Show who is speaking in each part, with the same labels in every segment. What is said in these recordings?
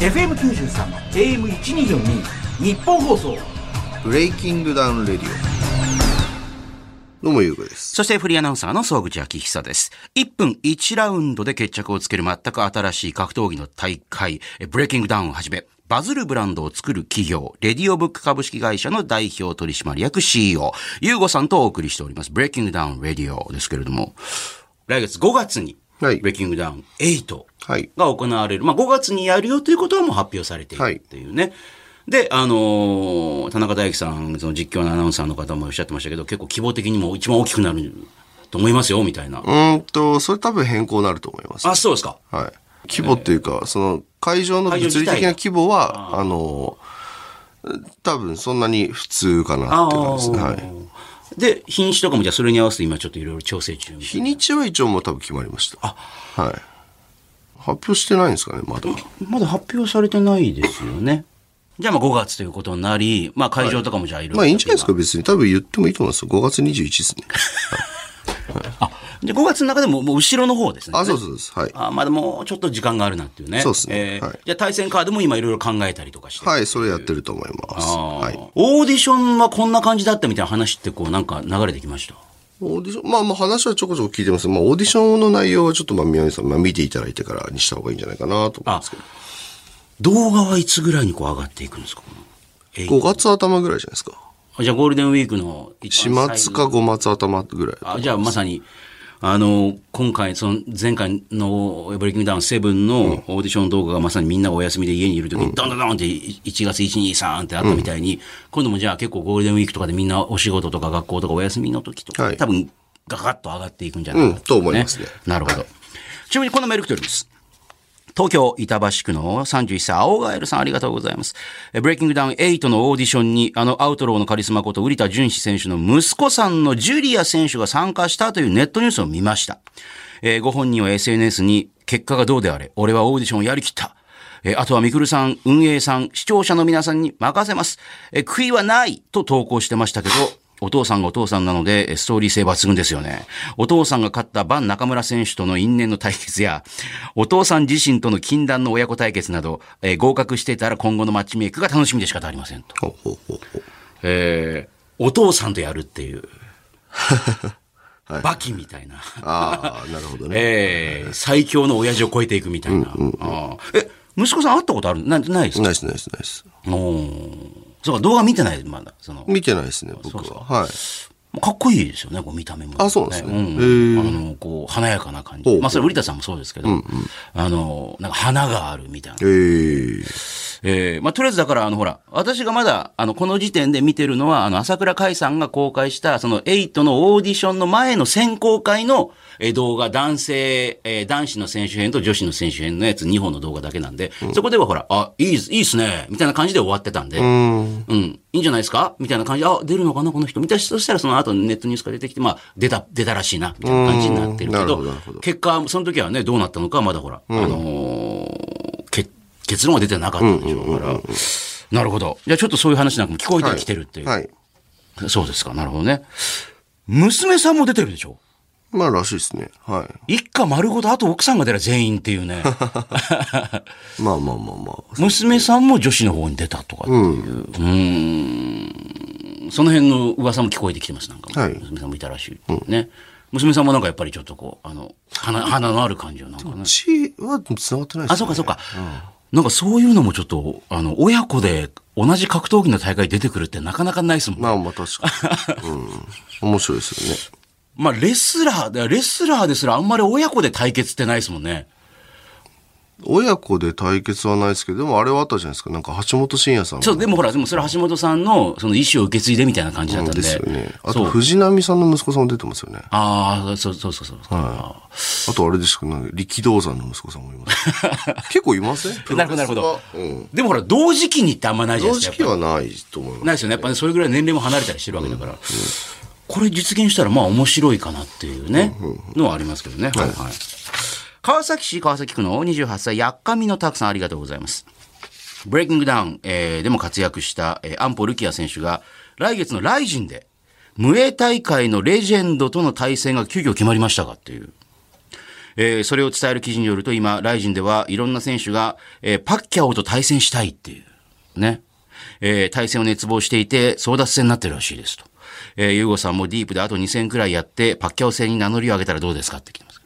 Speaker 1: FM93 AM1242 日本放送
Speaker 2: ブレイキングダウンレディオどうもゆうこです
Speaker 3: そしてフリーアナウンサーの総口昭久です。1分1ラウンドで決着をつける全く新しい格闘技の大会、えブレイキングダウンをはじめ、バズるブランドを作る企業、レディオブック株式会社の代表取締役 CEO、ゆうごさんとお送りしております、ブレイキングダウンレディオですけれども、来月5月に、
Speaker 2: はい
Speaker 3: ブレイキングダウン8、
Speaker 2: はい
Speaker 3: が行われる。まあ、5月にやるよということはもう発表されてい
Speaker 2: はい
Speaker 3: るというね。で、あのー田中大樹さん、その実況のアナウンサーの方もおっしゃってましたけど、結構希望的にも一番大きくなると思いますよ、みたいな
Speaker 2: う。ーんとそれ多分変更になると思います
Speaker 3: あ、そうですか。
Speaker 2: はい規模っていうか、その会場の物理的な規模はあの多分そんなに普通かなっていう感じですね、は
Speaker 3: あ
Speaker 2: い、
Speaker 3: ーで、品種とかもじゃあそれに合わせて今ちょっといろいろ調整中みたいな
Speaker 2: 日にちは一応もう多分決まりましたはい発表してないんですかねまだ
Speaker 3: まだ発表されてないですよね。じゃあまあ5月ということになり、まあ会場とかもじゃあいろいろ。
Speaker 2: まあいいんじゃないですか別に多分言ってもいいと思いますよ5月21日ですね
Speaker 3: で、5月の中でももう後ろの方ですね。
Speaker 2: あそうそうそうはい
Speaker 3: あまだもうちょっと時間があるなっていうね。
Speaker 2: そうっすね
Speaker 3: えー
Speaker 2: はい
Speaker 3: じゃあ対戦カードも今いろいろ考えたりとかして。
Speaker 2: はいそれやってると思います
Speaker 3: あー
Speaker 2: はい
Speaker 3: オーディションはこんな感じだったみたいな話ってこうなんか流れてきました。
Speaker 2: オーディション、まあまあ話はちょこちょこ聞いてます。まあオーディションの内容はちょっとまあ宮根さん、まあ見ていただいてからにした方がいいんじゃないかなと思うんですけど。
Speaker 3: 動画はいつぐらいにこう上がっていくんですかこのえい
Speaker 2: 5月頭ぐらいじゃないですか。
Speaker 3: あじゃあゴールデンウィークの一
Speaker 2: 4
Speaker 3: 番
Speaker 2: 月
Speaker 3: 最後
Speaker 2: か5月頭ぐらい。
Speaker 3: あじゃあまさに、あの、今回、その前回のブレイキングダウン7のオーディション動画がまさにみんながお休みで家にいるときに、どんどんどんってい1月1、2、3ってあったみたいに、今度もじゃあ結構ゴールデンウィークとかでみんなお仕事とか学校とかお休みの時とか、
Speaker 2: はい
Speaker 3: 多分ガガッと上がっていくんじゃないか
Speaker 2: うんと思いますね
Speaker 3: なるほど。ちなみにこんなメール来ております。東京板橋区の31歳、青ガエルさんありがとうございます。えブレイキングダウン8のオーディションに、あのアウトローのカリスマこと、瓜田淳史選手の息子さんのジュリア選手が参加したというネットニュースを見ました。えーご本人は SNS に、結果がどうであれ、俺はオーディションをやりきった。えーあとはみくるさん、運営さん、視聴者の皆さんに任せます。えー悔いはないと投稿してましたけど、お父さんがお父さんなので、えーストーリー性抜群ですよね。お父さんが勝ったバン中村選手との因縁の対決や、お父さん自身との禁断の親子対決など、えー合格していたら今後のマッチメイクが楽しみで仕方ありませんと。
Speaker 2: ほうほうほうほう
Speaker 3: えーお父さんとやるって いう、バキみたいな。
Speaker 2: ああ、なるほどね。
Speaker 3: えー最強の親父を超えていくみたいな。あーえ、息子さん会ったことあるなないですか
Speaker 2: ナイスナイスナイス。
Speaker 3: おーそうか、動画見てない、まだ。その、
Speaker 2: 見てないですね、僕は。はい。
Speaker 3: かっこいいですよね、こう見た目も、
Speaker 2: あそうなんですね
Speaker 3: うんあの、こう、華やかな
Speaker 2: ほ
Speaker 3: 感
Speaker 2: う
Speaker 3: じ。
Speaker 2: ほう
Speaker 3: まあ、それ、瓜田さんもそうですけど、あの、なんか花があるみたいな。
Speaker 2: えー、
Speaker 3: えーまあ、とりあえずだから、あの、ほら、私がまだ、あの、この時点で見てるのは、あの、朝倉海さんが公開した、その、エイトのオーディションの前の選考会の、えー動画、男性、えー男子の選手編と女子の選手編のやつ、2本の動画だけなんで、そこではほら、あ、いいっす、いいっすね、みたいな感じで終わってたんで、うん、いいんじゃないですかみたいな感じで、あ、出るのかな、この人。みたいな、そしたらその後ネットニュースが出てきて、まあ、出た、出たらしいな、みたいな感じになってるけ
Speaker 2: うんなる
Speaker 3: ど、
Speaker 2: ほどなるほど
Speaker 3: 結果、その時はね、どうなったのか、まだほら、あのーけ結論は出てなかったんでしょうから、なるほど。じゃあちょっとそういう話なんかも聞こえてはきてるっていう。
Speaker 2: はい。
Speaker 3: そうですか、なるほどね。娘さんも出てるでしょ
Speaker 2: まあらしいですね。は
Speaker 3: 一家丸ごと、あと奥さんが出たら全員ってい うね。
Speaker 2: い。まあまあまあまあ。
Speaker 3: 娘さんも女子の方に出たとかっていう。うーん。その辺の噂も聞こえてきてます、なんか。
Speaker 2: はい
Speaker 3: 娘さんもいたらしい、ね。娘さんもなんかやっぱりちょっとこう、あの、花、花のある感じをなんかね。
Speaker 2: 血は繋がってないですね。
Speaker 3: あ、そうかそうか。なんかそういうのもちょっと、あの、親子で同じ格闘技の大会出てくるってなかなかないですもん。ま
Speaker 2: まあまあ確かに。うん。面白いですよね。
Speaker 3: あ、レスラーで、レスラーですらあんまり親子で対決ってないですもんね。
Speaker 2: 親子で対決はないですけど、でもあれはあったじゃないですか。なんか橋本真也さんが
Speaker 3: そう、でもほら、でもそれは橋本さんのその意思を受け継いでみたいな感じだったんで。
Speaker 2: ですよね。あ
Speaker 3: そ
Speaker 2: と
Speaker 3: う。
Speaker 2: 藤波さんの息子さんも出てますよね。
Speaker 3: ああ、そうそうそうそう。あ
Speaker 2: あとあれですか、なんか力道山の息子さんもい ます。結構いません
Speaker 3: ーなるほど、なるほど。
Speaker 2: うん。
Speaker 3: でもほら、同時期にってあんまないじゃな
Speaker 2: 同
Speaker 3: いです
Speaker 2: 時
Speaker 3: か。
Speaker 2: 期はないと思います。
Speaker 3: ないですよね。やっぱね、それぐらい年齢も離れたりしてるわけだから。これ実現したら、まあ面白いかなっていうね、のはありますけどね。はいはい。川崎市川崎区の28歳、やっかみのたくさんありがとうございます。ブレイキングダウン、えーでも活躍した、えーアンポルキア選手が、来月のライジンで、無栄大会のレジェンドとの対戦が急遽決まりましたがっていう。えーそれを伝える記事によると、今、ライジンではいろんな選手が、えーパッキャオと対戦したいっていう、ね。えー対戦を熱望していて、争奪戦になってるらしいですと。えー、ユーゴさんもディープであと2000くらいやって、パッキャオ戦に名乗りを上げたらどうですかって来てます。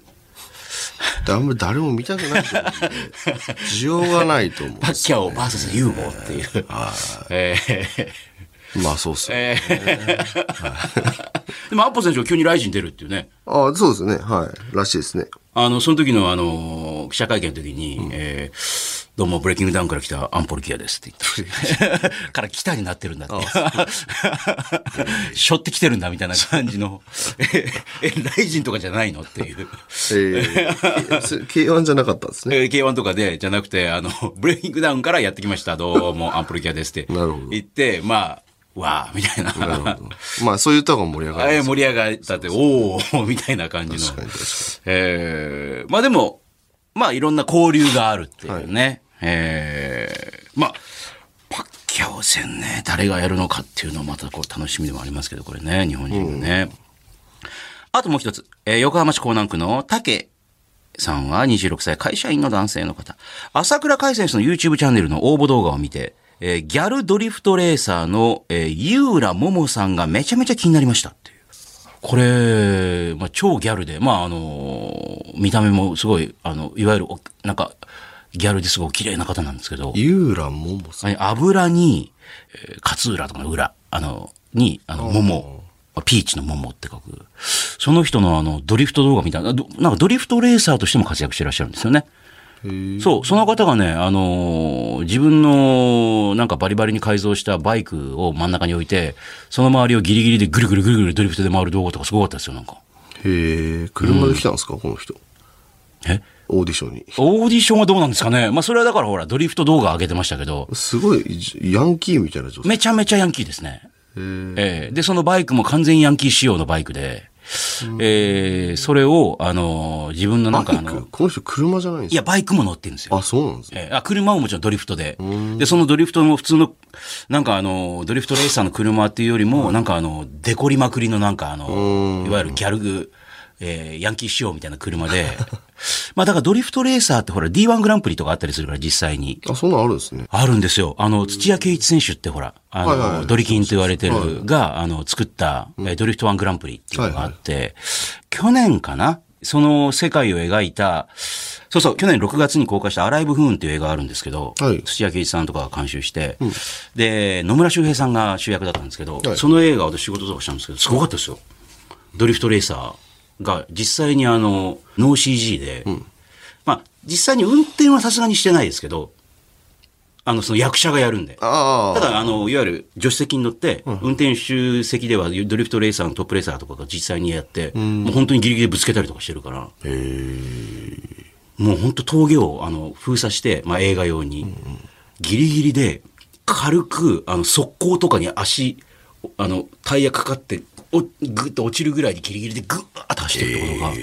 Speaker 2: あんまり誰も見たくないと思 うんで需要がないと思
Speaker 3: パ ッキャオ VS ユーゴっていう。えー
Speaker 2: う。まあそうっすね。
Speaker 3: でも、アッポ選手が急にライジン出るっていうね。
Speaker 2: あそうですね。はい。らしいですね。
Speaker 3: あの、その時の、あの、記者会見の時に、えーどうも、ブレイキングダウンから来たアンポルキアですって言った。 から来たになってるんだ って。しょってきてるんだみたいな感じの。 え、えライジンとかじゃないのっていう。
Speaker 2: ええ K1 じゃなかったんですね。
Speaker 3: えー K1 とかで、じゃなくて、あの、ブレイキングダウンからやってきました。どうも、アンポルキアですって。
Speaker 2: なるほど
Speaker 3: 言って、まあ、わあ、みたいな。
Speaker 2: まあそう言った方が盛り上が
Speaker 3: あ
Speaker 2: る
Speaker 3: え。盛り上がったって、おおみたいな感じの。
Speaker 2: 確かに確か
Speaker 3: えーまあでも、まあいろんな交流があるっていうね。えーまあ、パッキャオ戦ね、誰がやるのかっていうのはまたこう楽しみでもありますけど、これね、日本人のね。あともう一つ、えー横浜市港南区の竹さんは26歳、会社員の男性の方。朝倉海選手の YouTube チャンネルの応募動画を見て、えーギャルドリフトレーサーの、えー、ユーラモモさんがめちゃめちゃ気になりましたっていう。これ、まあ、超ギャルで、まあ、あの、見た目もすごい、あの、いわゆるお、なんか、ギャルですごい綺麗な方なんですけど、
Speaker 2: ユーラモモさん。
Speaker 3: はい油に、えー勝浦とかの裏、あの、に、あの、桃、ピーチの桃って書く。その人のあの、ドリフト動画みたいな、どなんかドリフトレーサーとしても活躍してらっしゃるんですよね。そう、その方がね、あのー自分の、なんかバリバリに改造したバイクを真ん中に置いて、その周りをギリギリでぐるぐるぐるぐるドリフトで回る動画とかすごかったですよ、なんか。
Speaker 2: へえ、車で来たんですか、この人。
Speaker 3: え
Speaker 2: オーディションに。
Speaker 3: オーディションはどうなんですかねまあ、それはだからほら、ドリフト動画上げてましたけど、
Speaker 2: すごい、ヤンキーみたいな女性。
Speaker 3: めちゃめちゃヤンキーですね。ええで、そのバイクも完全ヤンキー仕様のバイクで、えーそれを、あのー自分のな
Speaker 2: バ
Speaker 3: んかあ
Speaker 2: イ
Speaker 3: の
Speaker 2: ク、この人車じゃないんですか
Speaker 3: いや、バイクも乗ってるんですよ。
Speaker 2: あ、そうなんですね。
Speaker 3: えーあ車ももちろんドリフトで。で、そのドリフトも普通の、なんかあの、ドリフトレーサーの車っていうよりも、なんかあの、デコりまくりのなんかあの、いわゆるギャルグ、えーヤンキー仕様みたいな車で。 まあだからドリフトレーサーってほら D1 グランプリとかあったりするから実際に。
Speaker 2: あ、そんなんあるんですね。
Speaker 3: あるんですよ。あの、土屋圭一選手ってほら、あの、
Speaker 2: はいはいはい
Speaker 3: ドリキンと言われてるが、あの、作った、えードリフトワングランプリっていうのがあって、去年かなその世界を描いた、そうそう、去年6月に公開したアライブ・フーンっていう映画があるんですけど、
Speaker 2: はい
Speaker 3: 土屋圭一さんとかが監修して、で、野村周平さんが主役だったんですけど、
Speaker 2: はい
Speaker 3: その映画を私仕事とかしたんですけど、すごかったですよ。ドリフトレーサーが実際にあの、ノー CG で、まあ、実際に運転はさすがにしてないですけど、あの、その役者がやるんで。
Speaker 2: あ
Speaker 3: た
Speaker 2: あ。
Speaker 3: だ、あの、いわゆる助手席に乗って、運転手席ではドリフトレーサーのトップレーサーとかが実際にやって、もう本当にギリギリでぶつけたりとかしてるから、もう本当峠をあの封鎖して、まあ、映画用に、ギリギリで軽く、あの、速攻とかに足、あの、タイヤかかって、おぐっと落ちるぐらいでギリギリでぐわーっと走ってるってことが、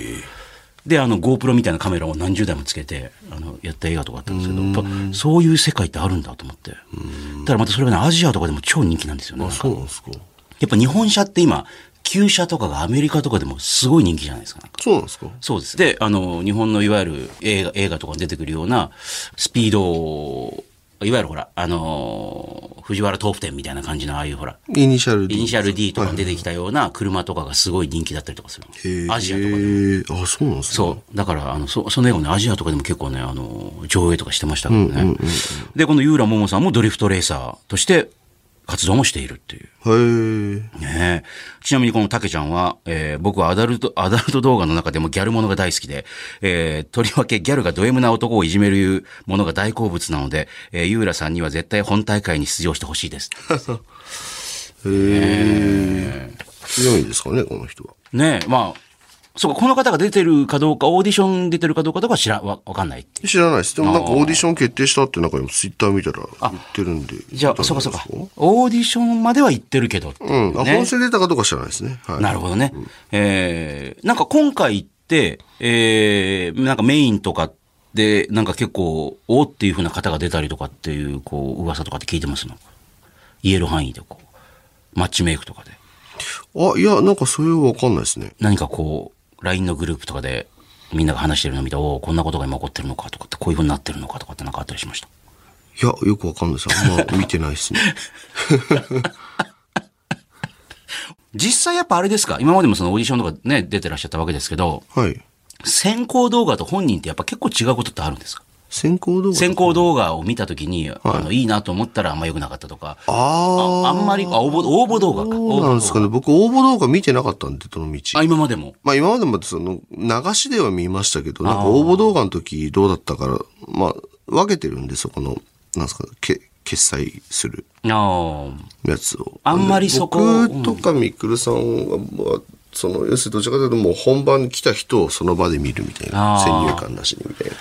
Speaker 3: で、あの、GoPro みたいなカメラを何十台もつけて、あの、やった映画とかあったんですけど、やっぱそういう世界ってあるんだと思って。だからまたそれがね、アジアとかでも超人気なんですよね。
Speaker 2: そうなんですか。
Speaker 3: やっぱ日本車って今、旧車とかがアメリカとかでもすごい人気じゃないですか。なんか
Speaker 2: そうなんですか。
Speaker 3: そうです。で、あの、日本のいわゆる映画映画とかに出てくるような、スピードを、いわゆるほら、あの、藤原豆腐店みたいな感じのああいうほら、
Speaker 2: イニシャル
Speaker 3: イニシャル D とかに出てきたような車とかがすごい人気だったりとかするんです
Speaker 2: へえ
Speaker 3: アジアとかで。
Speaker 2: あ、そうなんですね。
Speaker 3: そう。だから、あの、そその映画ね、アジアとかでも結構ね、あの、上映とかしてましたからね。で、このユーラモモさんもドリフトレーサーとして活動もしているっていう。
Speaker 2: へえ。
Speaker 3: ねえ。ちなみにこのたけちゃんは、えー僕はアダルト、アダルト動画の中でもギャルものが大好きで、えーとりわけギャルがド M な男をいじめるものが大好物なので、えー、ユーラさんには絶対本大会に出場してほしいです。
Speaker 2: 強いんですかね、この人は。
Speaker 3: ねえ、まあ、そうか、この方が出てるかどうか、オーディション出てるかどうかとかは知ら、わ、わかんないっていう。
Speaker 2: 知らないです。でもなんかオーディション決定したってなんか今ツイッター見たら言ってるんで。
Speaker 3: じゃあ、そうかそうか。オーディションまでは行ってるけどっていう
Speaker 2: う
Speaker 3: ね、
Speaker 2: ん。あ、本戦出たかどうか知らないですね。はい。
Speaker 3: なるほどね。えー、なんか今回って、えー、なんかメインとかで、なんか結構、おーっていう風な方が出たりとかっていう、こう、噂とかって聞いてますの言える範囲でこう、マッチメイクとかで。
Speaker 2: あ、いや、なんかそれはわかんないですね。
Speaker 3: 何かこう、LINE のグループとかで、みんなが話してるのを見て、おお、こんなことが今起こってるのかとかって、こういうふうになってるのかとかってなんかあったりしました。
Speaker 2: いや、よくわかんないです。あんま見てない ですね。
Speaker 3: 実際やっぱあれですか今までもそのオーディションとかね、出てらっしゃったわけですけど、
Speaker 2: はい。
Speaker 3: 先行動画と本人ってやっぱ結構違うことってあるんですか
Speaker 2: 先行動画
Speaker 3: 先行動画を見たときに、あの、いいなと思ったらあんま良くなかったとか、
Speaker 2: ああ。
Speaker 3: あんまり、あ応募、応募動画か。
Speaker 2: そうなんですかね。僕、応募動画見てなかったんで、どの道。
Speaker 3: あ、今までも。
Speaker 2: まあ今までもその流しでは見ましたけど、なんか応募動画の時どうだったから、まあ分けてるんで、そこの、なんですか、け決済する
Speaker 3: ああ。
Speaker 2: やつを。
Speaker 3: あんまりそこ
Speaker 2: 僕とかみくるさんは、まあ、その、要するにどちらかというともう本番に来た人をその場で見るみたいな
Speaker 3: あ。ー
Speaker 2: 先入観なしにみたいな。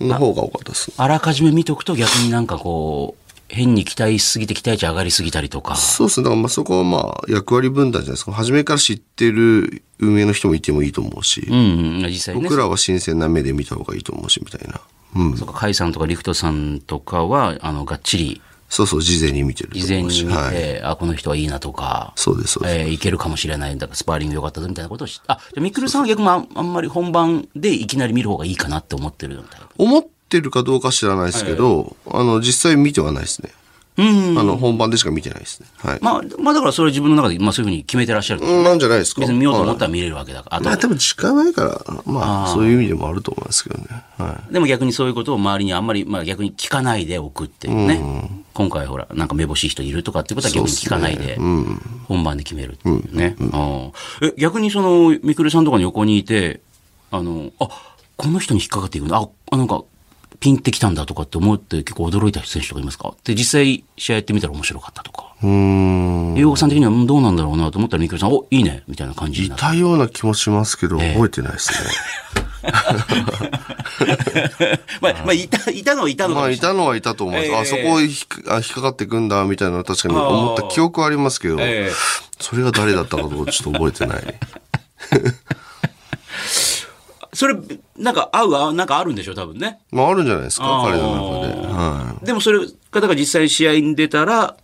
Speaker 2: の方が多かったですね。
Speaker 3: あらかじめ見とくと逆になんかこう、変に期待しすぎて期待値上がりすぎたりとか。
Speaker 2: そうですね。だからまあそこはまあ役割分担じゃないですか。初めから知ってる運営の人もいてもいいと思うし、
Speaker 3: うん、うん、実際ね。
Speaker 2: 僕らは新鮮な目で見た方がいいと思うし、みたいな。うん。
Speaker 3: そうか、甲斐さんとかリフトさんとかは、あの、がっちり
Speaker 2: そうそう、事前に見てると
Speaker 3: 事前
Speaker 2: 思
Speaker 3: に
Speaker 2: う
Speaker 3: 見
Speaker 2: し。
Speaker 3: て、
Speaker 2: はい。
Speaker 3: あ、この人はいいなとか、
Speaker 2: そうです、そうです。
Speaker 3: えーいけるかもしれない、だからスパーリング良かったぞみたいなことをしあ、じゃあみくるさんは逆にあんあんまり本番でいきなり見る方がいいかなって思ってるみたいな。
Speaker 2: 思ってるかどうか知らないですけど、あの、実際見てはないですね。
Speaker 3: うん。
Speaker 2: あの、本番でしか見てないですね。はい。
Speaker 3: まあ、まあだからそれは自分の中で、まあそういうふうに決めてらっしゃる。
Speaker 2: うんなんじゃないですか。
Speaker 3: 別に見ようと思
Speaker 2: は
Speaker 3: ったら見れるわけだから。
Speaker 2: いま
Speaker 3: あ
Speaker 2: あ、
Speaker 3: と
Speaker 2: 多分時間ないから、まあ、そういう意味でもあると思いますけどね。は
Speaker 3: でも逆にそういうことを周りにあんまり、まあ逆に聞かないでおくっていうね。今回ほら、なんか目星い人いるとかってことは逆に聞かないで、本番で決めるっていうね。ああえ逆にその、みくるさんとかの横にいて、あの、あ、この人に引っかかっていくんだ。ああ、なんか、ピンってきたんだとかって思って結構驚いた選手とかいますかで、実際試合やってみたら面白かったとか。
Speaker 2: い。うーん。
Speaker 3: 洋子さん的にはうんどうなんだろうなと思ったらみくるさん、お、いいねみたいな感じになって
Speaker 2: いたような気もしますけど、覚えてないですね。
Speaker 3: まあ、まあ、いた、いたのはいたのか
Speaker 2: ま
Speaker 3: も
Speaker 2: あ、い
Speaker 3: しれない
Speaker 2: たのはいたと思います。
Speaker 3: ええ
Speaker 2: あ、そこ引っあ引っかかってくんだ、みたいなのは確かに思った記憶はありますけど、
Speaker 3: ええ
Speaker 2: それが誰だったかとかちょっと覚えてない。
Speaker 3: それ、なんか合う、合うなんかあるんでしょ、多分ね。
Speaker 2: まあ、あるんじゃないですか、
Speaker 3: あー
Speaker 2: 彼の中で。はい。
Speaker 3: でもそれが、だから実際試合に出たら、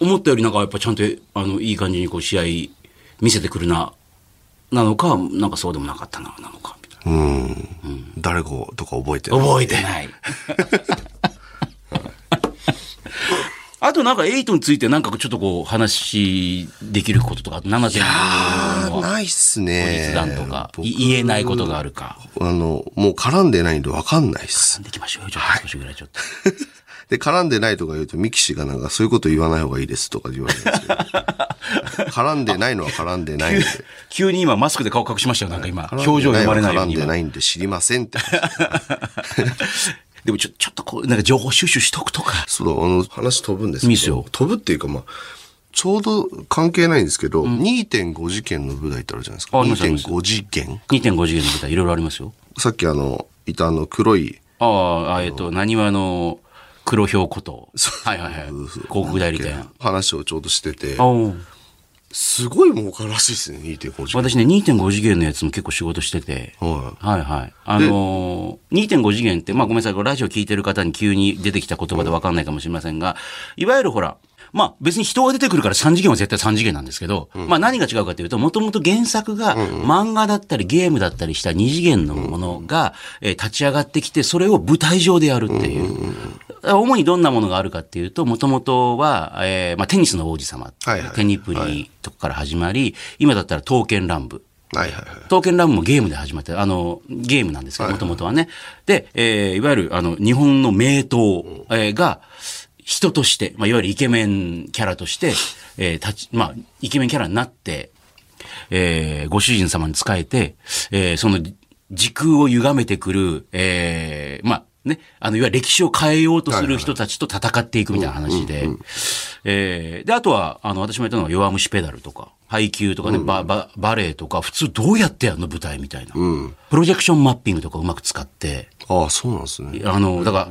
Speaker 3: 思ったよりなんかやっぱちゃんと、あの、いい感じにこう試合見せてくるな、なのか、なんかそうでもなかったな、なのか、みたい
Speaker 2: うん。誰かとか覚えて
Speaker 3: な。
Speaker 2: る。
Speaker 3: 覚えてない。 あとなんかエイトについてなんかちょっとこう話できることとか、7点の
Speaker 2: ないっすね
Speaker 3: 実。弾とか、
Speaker 2: 僕
Speaker 3: い言えないことがあるか。
Speaker 2: あの、もう絡んでないんでわかんないっす。
Speaker 3: できましょうよ、ちょっと少しぐらいちょっと。
Speaker 2: で、絡んでないとか言うと、ミキシがなんか、そういうこと言わない方がいいですとか言われるんです けど。絡んでないのは絡んでないんで。
Speaker 3: 急に今マスクで顔隠しましたよ、なんか今。表情読まれないよう
Speaker 2: 絡ん
Speaker 3: に
Speaker 2: で
Speaker 3: 今。
Speaker 2: ないんで知りませんって。
Speaker 3: でもちょ、ちょっとこう、なんか情報収集しとくとか。
Speaker 2: そう、あの、話飛ぶんですけど。
Speaker 3: いいっすよ
Speaker 2: 飛ぶっていうか、まあ、ちょうど関係ないんですけど、2.5事件の舞台ってあるじゃないですか。
Speaker 3: ありますあります
Speaker 2: 2.5事件。
Speaker 3: 2.5次元の舞台いろいろありますよ。
Speaker 2: さっきあの、いたあの、黒い、
Speaker 3: あああ、えっと、何はの、黒ひょうこと。はいはいはい。広告代理店。
Speaker 2: 話をちょうどしてて、
Speaker 3: ああ
Speaker 2: すごい儲からしいですね、2.5時間。
Speaker 3: 私ね、2.5次元のやつも結構仕事してて。
Speaker 2: は
Speaker 3: はいはい。あのー、2.5次元って、まあごめんなさい、これラジオ聞いてる方に急に出てきた言葉でわかんないかもしれませんが、いわゆるほら、まあ別に人が出てくるから3次元は絶対3次元なんですけど、まあ何が違うかというと、もともと原作が漫画だったりゲームだったりした2次元のものが、えー立ち上がってきて、それを舞台上でやるっていう。主にどんなものがあるかっていうと、もともとは、えーまあテニスの王子様、
Speaker 2: はいはい
Speaker 3: テニプリとかから始まり、今だったら刀剣乱舞。
Speaker 2: い。はいはいはい。
Speaker 3: 刀剣乱舞もゲームで始まって、あの、ゲームなんですけど、もともとはね。で、えーいわゆる、あの、日本の名刀、えーが、人として、まあ、いわゆるイケメンキャラとして、えー立ち、まあ、イケメンキャラになって、えーご主人様に仕えて、えーその、時空を歪めてくる、えーまあ、ね、あの、いわゆる歴史を変えようとする人たちと戦っていくみたいな話で、えーで、あとは、あの、私もやったのは弱虫ペダルとか、配給とかね、バババレエとか、普通どうやってやるの舞台みたいな。プロジェクションマッピングとかうまく使って、
Speaker 2: ああ、そうなんですね。
Speaker 3: あの、だから、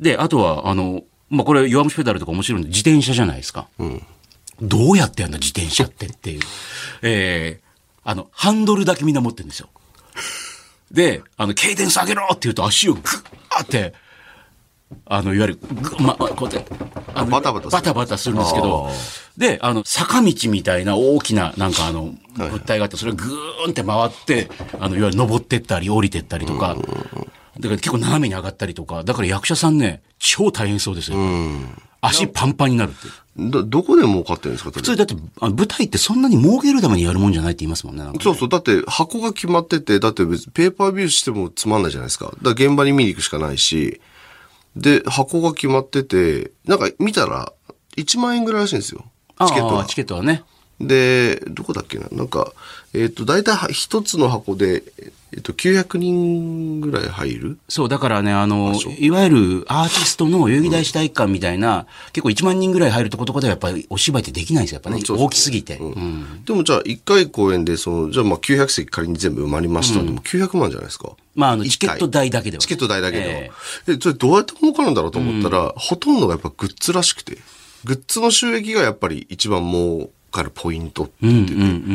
Speaker 3: で、あとは、あの、まあ、これ、弱虫ペダルとか面白いの自転車じゃないですか。どうやってやるの自転車ってっていう。えーあの、ハンドルだけみんな持ってるんですよ。で、あの、軽電下げろって言うと足をグーって、あの、いわゆる、グーま、ま、こうやって、あの
Speaker 2: バタバタする
Speaker 3: バタバタするんですけど、で、あの、坂道みたいな大きな、なんかあの、物体があって、それをぐーんって回って、あの、いわゆる登ってったり、降りてったりとか、だから結構斜めに上がったりとか、だから役者さんね、超大変そうですよ。足パンパンになるって。
Speaker 2: ど、どこで儲かってるんですか
Speaker 3: 普通だって、あの舞台ってそんなに儲けるためにやるもんじゃないって言いますもんね。なんか
Speaker 2: そうそう。だって箱が決まってて、だって別にペーパービューしてもつまんないじゃないですか。だから現場に見に行くしかないし。で、箱が決まってて、なんか見たら1万円ぐらいらしいんですよ。チケット
Speaker 3: ああ
Speaker 2: が
Speaker 3: チ。ケットはね。
Speaker 2: で、どこだっけななんか、えっ、と、大体は一つの箱で、えっ、と、900人ぐらい入る
Speaker 3: そう、だからね、あの、いわゆるアーティストの代々木大師体育館みたいな、結構1万人ぐらい入るとことかではやっぱりお芝居ってできないんですよ、やっぱね。
Speaker 2: そうそう
Speaker 3: 大きすぎて。うん
Speaker 2: でもじゃあ1回公演で、その、じゃあまあ900席仮に全部埋まりました、でも900万じゃないですか。
Speaker 3: まあ、あの、
Speaker 2: 一
Speaker 3: チケット代だけでは。
Speaker 2: チケット代だけでは。
Speaker 3: え
Speaker 2: えそれどうやって儲かるんだろうと思ったら、ほとんどがやっぱグッズらしくて、グッズの収益がやっぱり一番儲かるポイントって言っ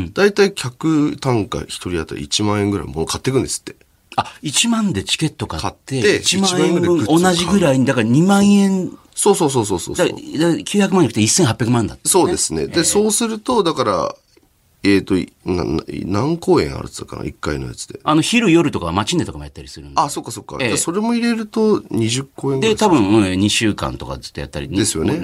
Speaker 2: てて、大体客単価一人当たり1万円ぐらい物買っていくんですって。
Speaker 3: あ、1万でチケット買って、
Speaker 2: 買って
Speaker 3: 1万円
Speaker 2: 1万円分
Speaker 3: 分、
Speaker 2: でグッズを買う
Speaker 3: 同じぐらいに、だから2万円、
Speaker 2: そうそうそうそうそう。
Speaker 3: だだ900万じゃなくて1800万だって。
Speaker 2: そうですね。で、そうすると、だから、えっ、といなな、何公演あるっつったかな ?1 回のやつで。
Speaker 3: あの、昼夜とかマチネとかもやったりするんで。
Speaker 2: あ、そっかそっか。
Speaker 3: ええ
Speaker 2: じゃあそれも入れると20公演ぐらい
Speaker 3: で、
Speaker 2: すね
Speaker 3: 多分、うん2週間とかずっとやったり。
Speaker 2: ですよね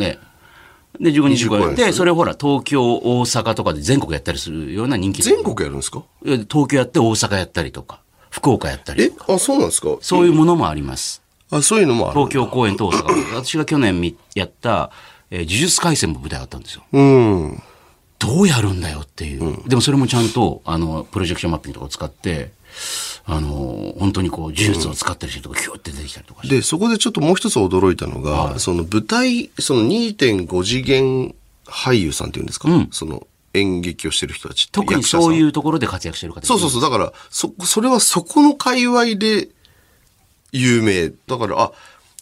Speaker 3: で、15日
Speaker 2: 25
Speaker 3: 後
Speaker 2: 円ですよ
Speaker 3: で、
Speaker 2: ね
Speaker 3: それをほら、東京、大阪とかで全国やったりするような人気。
Speaker 2: 全国やるんですか
Speaker 3: いや東京やって大阪やったりとか、福岡やったり
Speaker 2: え。あ、そうなんですか
Speaker 3: そういうものもあります。
Speaker 2: あ、そういうのもある。
Speaker 3: 東京公演と大阪。私が去年みやった、えー呪術廻戦も舞台あったんですよ。
Speaker 2: うん。
Speaker 3: どうやるんだよっていう。でもそれもちゃんと、あの、プロジェクションマッピングとかを使って、あの、本当にこう、呪術を使ったりするとか、キューって出てきたりとかして。
Speaker 2: で、そこでちょっともう一つ驚いたのが、その舞台、その2.5次元俳優さんっていうんですか、その演劇をしてる人たちって
Speaker 3: 特に
Speaker 2: 役者さん
Speaker 3: そういうところで活躍してる方
Speaker 2: そうそうそう。だから、そ、それはそこの界隈で有名。だから、あ、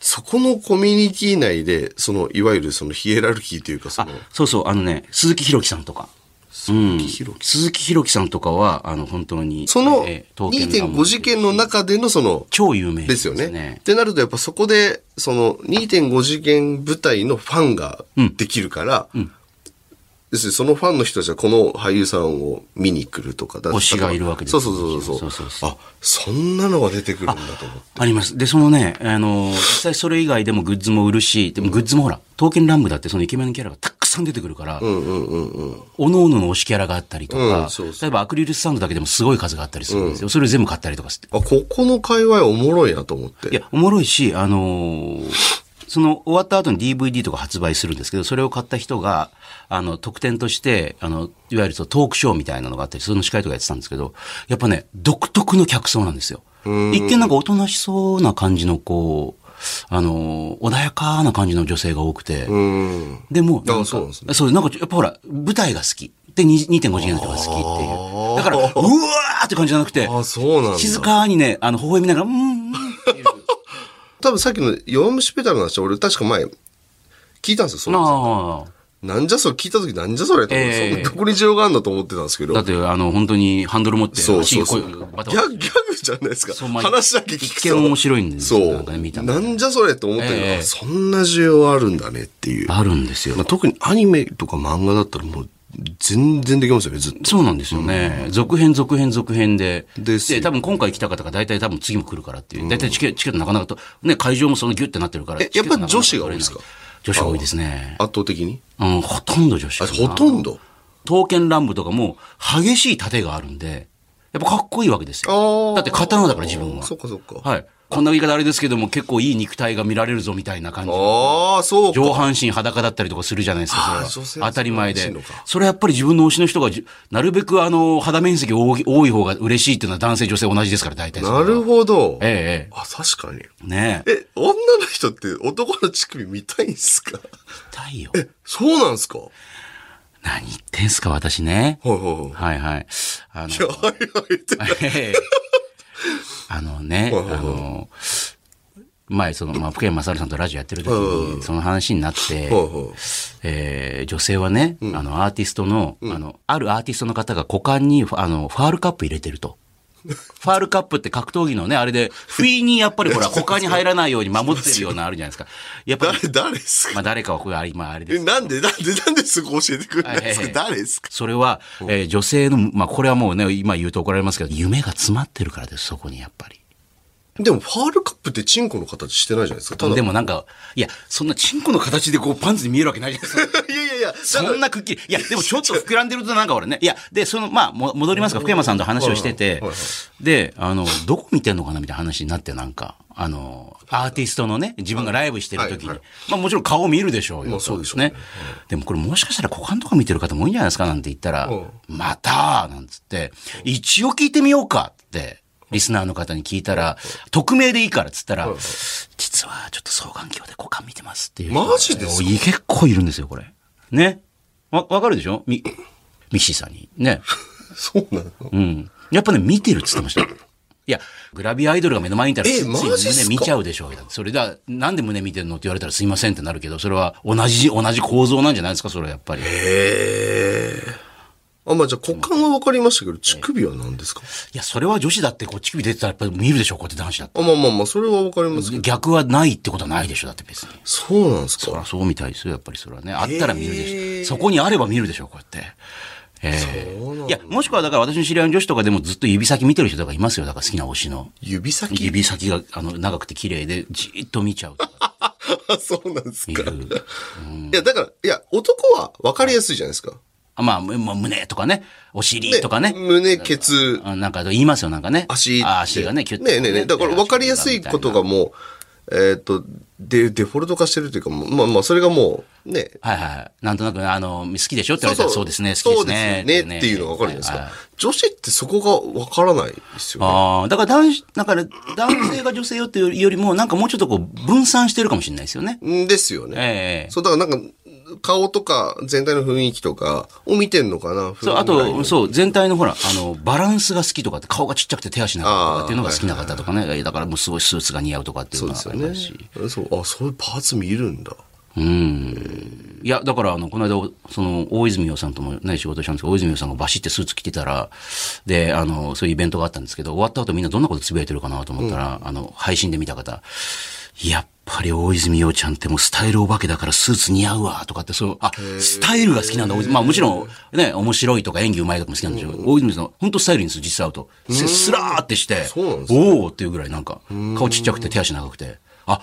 Speaker 2: そこのコミュニティ内で、その、いわゆるそのヒエラルキーというか、その、
Speaker 3: そうそう、あのね、鈴木弘樹さんとか。
Speaker 2: 鈴木宏
Speaker 3: 鈴木弘樹さんとかは、あの、本当に。
Speaker 2: その
Speaker 3: えー刀剣乱舞
Speaker 2: 2.5次元の中でのその、
Speaker 3: 超有名
Speaker 2: ですよね。ってなると、やっぱそこで、その2.5次元舞台のファンができるから、要するにそのファンの人たちはこの俳優さんを見に来るとかだ
Speaker 3: 推しがいるわけです
Speaker 2: そう
Speaker 3: よ
Speaker 2: そうそうそう。
Speaker 3: そうそうそう
Speaker 2: あ、そんなのが出てくるんだと思って。
Speaker 3: あります。で、そのね、あの、実際それ以外でもグッズも売るし、でもグッズもほら、刀剣乱舞だってそのイケメンのキャラがたくさん出てくるから、おのおのの推しキャラがあったりとか、
Speaker 2: うんそうそ
Speaker 3: 例えばアクリルスタンドだけでもすごい数があったりするんですよ。それを全部買ったりとかして。
Speaker 2: あ、ここの界隈おもろいなと思っ
Speaker 3: い
Speaker 2: て。
Speaker 3: や、おもろいし、あのーその終わった後に DVD とか発売するんですけど、それを買った人が、あの、特典として、あの、いわゆるそのトークショーみたいなのがあったり、その司会とかやってたんですけど、やっぱね、独特の客層なんですよ。一見なんかおとなしそうな感じの、こう、あのー穏やかな感じの女性が多くて、
Speaker 2: うん。
Speaker 3: でも、
Speaker 2: あ
Speaker 3: なんか
Speaker 2: そうなんですね
Speaker 3: そう、なんか、やっぱほら、舞台が好き。で、に2.5次元の人が好きっていう。だから、うわーって感じじゃなくて、
Speaker 2: あ、そうなんだ。
Speaker 3: 静かにね、あの、微笑みながら、うーん、
Speaker 2: 多分さっきの弱虫ペダルの話、俺確か前、聞いたんですよ、その
Speaker 3: ああ。
Speaker 2: なんじゃそれ、聞いた時なんじゃそれと思って、
Speaker 3: ええ
Speaker 2: そんなどこに需要があるんだと思ってたんですけど。
Speaker 3: だって、あの、本当にハンドル持って、
Speaker 2: そうそうそう。
Speaker 3: 足こ
Speaker 2: ギ
Speaker 3: う
Speaker 2: ャ
Speaker 3: バタ
Speaker 2: グ
Speaker 3: バタ
Speaker 2: ギャグじゃないですか。
Speaker 3: そうまあ
Speaker 2: 話だけ聞く
Speaker 3: 一
Speaker 2: と。
Speaker 3: 見面白いんですよ
Speaker 2: そう。
Speaker 3: なんかね見た目
Speaker 2: なんじゃそれって思ったけど、
Speaker 3: ええ
Speaker 2: そんな需要あるんだねっていう。
Speaker 3: あるんですよ
Speaker 2: まあ、。特にアニメとか漫画だったらもう全然できますよね、ずっと。
Speaker 3: そうなんですよね。続編、続編、続編で。
Speaker 2: ですよ
Speaker 3: 多分今回来た方が大体多分次も来るからっていう。大体チケチケットなかなかと、ね、会場もそのギュッてなってるから。
Speaker 2: えやっぱり女子が多いんですか
Speaker 3: 女子が多いですね。
Speaker 2: 圧倒的に。
Speaker 3: うん、ほとんど女子
Speaker 2: あ
Speaker 3: かな。
Speaker 2: ほとんど。
Speaker 3: 刀剣乱舞とかも激しい盾があるんで、やっぱかっこいいわけです
Speaker 2: あ
Speaker 3: よ。
Speaker 2: ー
Speaker 3: だって刀だから自分は。
Speaker 2: そっかそっか
Speaker 3: はい。こんな言い方あれですけども、結構いい肉体が見られるぞみたいな感じ。
Speaker 2: ああ、そうか。
Speaker 3: 上半身裸だったりとかするじゃないです
Speaker 2: あー、
Speaker 3: かそ
Speaker 2: 女性
Speaker 3: れ
Speaker 2: は
Speaker 3: は。当たり
Speaker 2: そう
Speaker 3: 前で
Speaker 2: らしいのか。
Speaker 3: それはやっぱり自分の推しの人がじゅ、なるべくあの、肌面積多い多い方が嬉しいっていうのは男性女性同じですから、大体それは。
Speaker 2: なるほど。
Speaker 3: えええ
Speaker 2: あ、確かに。
Speaker 3: え。ねえ。
Speaker 2: え、女の人って男の乳首見たいんすか
Speaker 3: 痛いよ。
Speaker 2: そうなんすかは
Speaker 3: 何言ってんすか、私ね。
Speaker 2: いはいはい。
Speaker 3: はいはい。あの
Speaker 2: いや、はいはいって。
Speaker 3: ええ あのね、
Speaker 2: はいはいはい
Speaker 3: あの、前、その、まあ、福山雅治さんとラジオやってる時
Speaker 2: はいはいは
Speaker 3: に、その話になって、
Speaker 2: はいはい。
Speaker 3: えー女性はね、 あの、アーティストの、あの、あるアーティストの方が股間に、あの、ファールカップ入れてると。ファールカップって格闘技のね、あれで、不意にやっぱりほ ら、他に入らないように守ってるようなあるじゃないですか。やっぱり
Speaker 2: 誰、、誰ですか
Speaker 3: まあ誰かはこれ、あ今あれで
Speaker 2: え、
Speaker 3: す。
Speaker 2: なんで、なんで、なんでそこ教えてくれないんですか
Speaker 3: はい
Speaker 2: 誰ですか
Speaker 3: それは、えー女性の、まあこれはもうね、今言うと怒られますけど、夢が詰まってるからです、そこにやっぱり。
Speaker 2: でも、ファールカップってチンコの形してないじゃないですか。ただ、
Speaker 3: でもなんか、いや、そんなチンコの形でこうパンツに見えるわけないじゃないですか。
Speaker 2: いやいやいや、
Speaker 3: そんなくっきり。いや、でもちょっと膨らんでるとなんか俺ね。いや、で、その、まあ、も戻りますか、福山さんと話をしてて
Speaker 2: はいはい、
Speaker 3: で、あの、どこ見てんのかなみたいな話になって、なんか、あの、アーティストのね、自分がライブしてる時に、
Speaker 2: はいはい
Speaker 3: まあもちろん顔見るでしょうよ。
Speaker 2: まあそうでしょうね。
Speaker 3: でもこれもしかしたら股間とか見てる方も多いんじゃないですかなんて言ったら、
Speaker 2: うん
Speaker 3: またなんつって、一応聞いてみようかって、リスナーの方に聞いたら、匿名でいいからっつったら、実はちょっと双眼鏡で股間見てますっていう人が。
Speaker 2: マジですか
Speaker 3: い結構いるんですよ、これ。ね。わ、わかるでしょみ、ミキシーさんに。 ね。
Speaker 2: そうなの
Speaker 3: うん。やっぱね、見てるっつってましたよ。いや、グラビアアイドルが目の前にいたら、
Speaker 2: え
Speaker 3: ついつい
Speaker 2: マジっすか
Speaker 3: 胸見ちゃうでしょうよ。それだ、なんで胸見てるのって言われたらすいませんってなるけど、それは同じ、同じ構造なんじゃないですか、それはやっぱり。い
Speaker 2: へえ。あ、まあ、じゃあ股間は分かりましたけど、乳首は何ですか
Speaker 3: や、それは女子だってこっち首出てたらやっぱり見るでしょ、こうやって男子だって。
Speaker 2: あ、まあまあまあ、それは分かりますけど。
Speaker 3: 逆はないってことはないでしょ、だって別に。
Speaker 2: そうなんです
Speaker 3: そ
Speaker 2: か
Speaker 3: らそうみたいですよ、やっぱりそれはね。あったら見るでしょ。
Speaker 2: へー
Speaker 3: そこにあれば見るでしょ、こうやって。え
Speaker 2: そうな
Speaker 3: ー
Speaker 2: の
Speaker 3: いや、もしくはだから私の知り合いの女子とかでもずっと指先見てる人とかいますよ。だから好きな推しの。
Speaker 2: 指先
Speaker 3: 指先があの長くて綺麗でじーっと見ちゃうとか
Speaker 2: あ、 そうなんです
Speaker 3: い
Speaker 2: か。
Speaker 3: う。
Speaker 2: いや、だから、いや、男は分かりやすいじゃないですか。
Speaker 3: あまあ、むまあ胸とかね、お尻
Speaker 2: ね
Speaker 3: とかね。
Speaker 2: 胸、ケツ、
Speaker 3: あなんか言いますよ、なんかね。
Speaker 2: 足。
Speaker 3: あ足がね、キュッと
Speaker 2: ねえねえねえだから分かりやすいことがもう、えっ、と、で、デフォルト化してるというか、もうまあまあ、それがもう、ね、
Speaker 3: はいはい。なんとなく、あの、好きでしょって言われたら、そうですね、好
Speaker 2: そ
Speaker 3: き
Speaker 2: う
Speaker 3: で
Speaker 2: ですす
Speaker 3: ね。
Speaker 2: ね。っていうのが分かるじゃない
Speaker 3: は
Speaker 2: で
Speaker 3: は
Speaker 2: すか。女子ってそこが分からないですよね。
Speaker 3: ああ、だから男子、だから男性が女性よっていうよりも、なんかもうちょっとこう、分散してるかもしれないですよね。
Speaker 2: んですよね。
Speaker 3: ええ
Speaker 2: そう、だからなんか、顔とか全体の雰囲気とかを見てんのかな。
Speaker 3: そう、あと、そう、全体のほら、あの、バランスが好きとかって、顔がちっちゃくて手足長いとかっていうのが好きな方とかね、だからもうすごいスーツが似合うとかっていう
Speaker 2: そ
Speaker 3: の
Speaker 2: う
Speaker 3: が
Speaker 2: です
Speaker 3: あ
Speaker 2: よ
Speaker 3: りま
Speaker 2: ね
Speaker 3: すし。。
Speaker 2: そう、あ、そういうパーツ見るんだ。
Speaker 3: うん。いや、だから、あの、この間、おその、大泉洋さんともね、仕事したんですけど、大泉洋さんがバシってスーツ着てたら、で、あの、そういうイベントがあったんですけど、終わった後みんなどんなことつぶやいてるかなと思ったら、あの、配信で見た方、やっぱり大泉洋ちゃんってもうスタイルお化けだからスーツ似合うわ、とかって、そう、あ、スタイルが好きなんだ。大泉まあもちろん、ね、面白いとか演技うまいとかも好きなんでしょうけど、大泉さん、本当スタイルにする、実際会うと。せスラーってして、
Speaker 2: そうなんです
Speaker 3: おーっていうぐらいなんか、顔ちっちゃくて手足長くて、あ、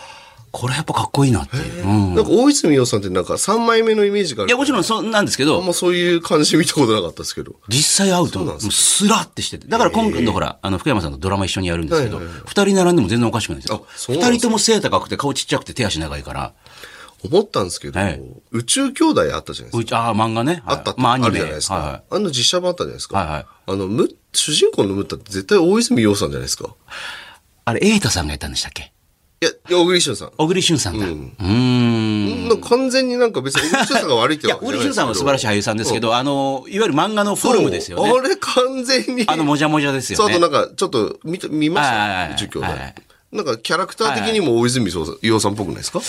Speaker 3: これやっぱかっこいいなっていう。うん。
Speaker 2: なんか大泉洋さんってなんか3枚目のイメージがあ
Speaker 3: い
Speaker 2: る
Speaker 3: や、もちろんそうなんですけ
Speaker 2: あん
Speaker 3: ど、
Speaker 2: まそういう感じ見たことなかったですけど。
Speaker 3: 実際会うと、
Speaker 2: そうな
Speaker 3: も
Speaker 2: んで
Speaker 3: う
Speaker 2: すか
Speaker 3: スラってしてて。だから今回のほら、あの、福山さんとドラマ一緒にやるんですけど、
Speaker 2: はい
Speaker 3: 二、
Speaker 2: はい
Speaker 3: 人並んでも全然おかしくないんですよ
Speaker 2: あ。そう
Speaker 3: 二
Speaker 2: なん
Speaker 3: 人
Speaker 2: です
Speaker 3: とも背高くて顔ちっちゃくて手足長いから、
Speaker 2: 思ったんですけど、
Speaker 3: はい
Speaker 2: 宇宙兄弟あったじゃないです
Speaker 3: う
Speaker 2: か。
Speaker 3: ち、ああ、漫画ね。
Speaker 2: あ
Speaker 3: はい
Speaker 2: ったって
Speaker 3: まあ、アニ
Speaker 2: ある
Speaker 3: メ。
Speaker 2: じゃないですか。
Speaker 3: はいはい
Speaker 2: あの実写版あったじゃないですか。
Speaker 3: はいはい
Speaker 2: あの、む、主人公のムッタって絶対大泉洋さんじゃないですか。
Speaker 3: あれ、瑛太さんがやったんでしたっけ
Speaker 2: いや、小栗旬さん。
Speaker 3: 小栗旬さんが。うーん。
Speaker 2: なんか完全になんか別に小栗旬さんが悪いって
Speaker 3: いや、
Speaker 2: わけ
Speaker 3: 小
Speaker 2: じゃない
Speaker 3: 栗
Speaker 2: ですけど。
Speaker 3: 旬さんは素晴らしい俳優さんですけど、あの、いわゆる漫画のフォルムですよ
Speaker 2: そう
Speaker 3: ね。
Speaker 2: あれ完全に。
Speaker 3: あの、もじゃもじゃです
Speaker 2: そ
Speaker 3: よ
Speaker 2: う、あと
Speaker 3: ね
Speaker 2: な。んか、ちょっと見た、見まし
Speaker 3: はいはいはい
Speaker 2: た
Speaker 3: はい
Speaker 2: 宇宙兄弟
Speaker 3: はいはい。
Speaker 2: なんか、キャラクター的にも大泉洋さん洋さんっぽくないですか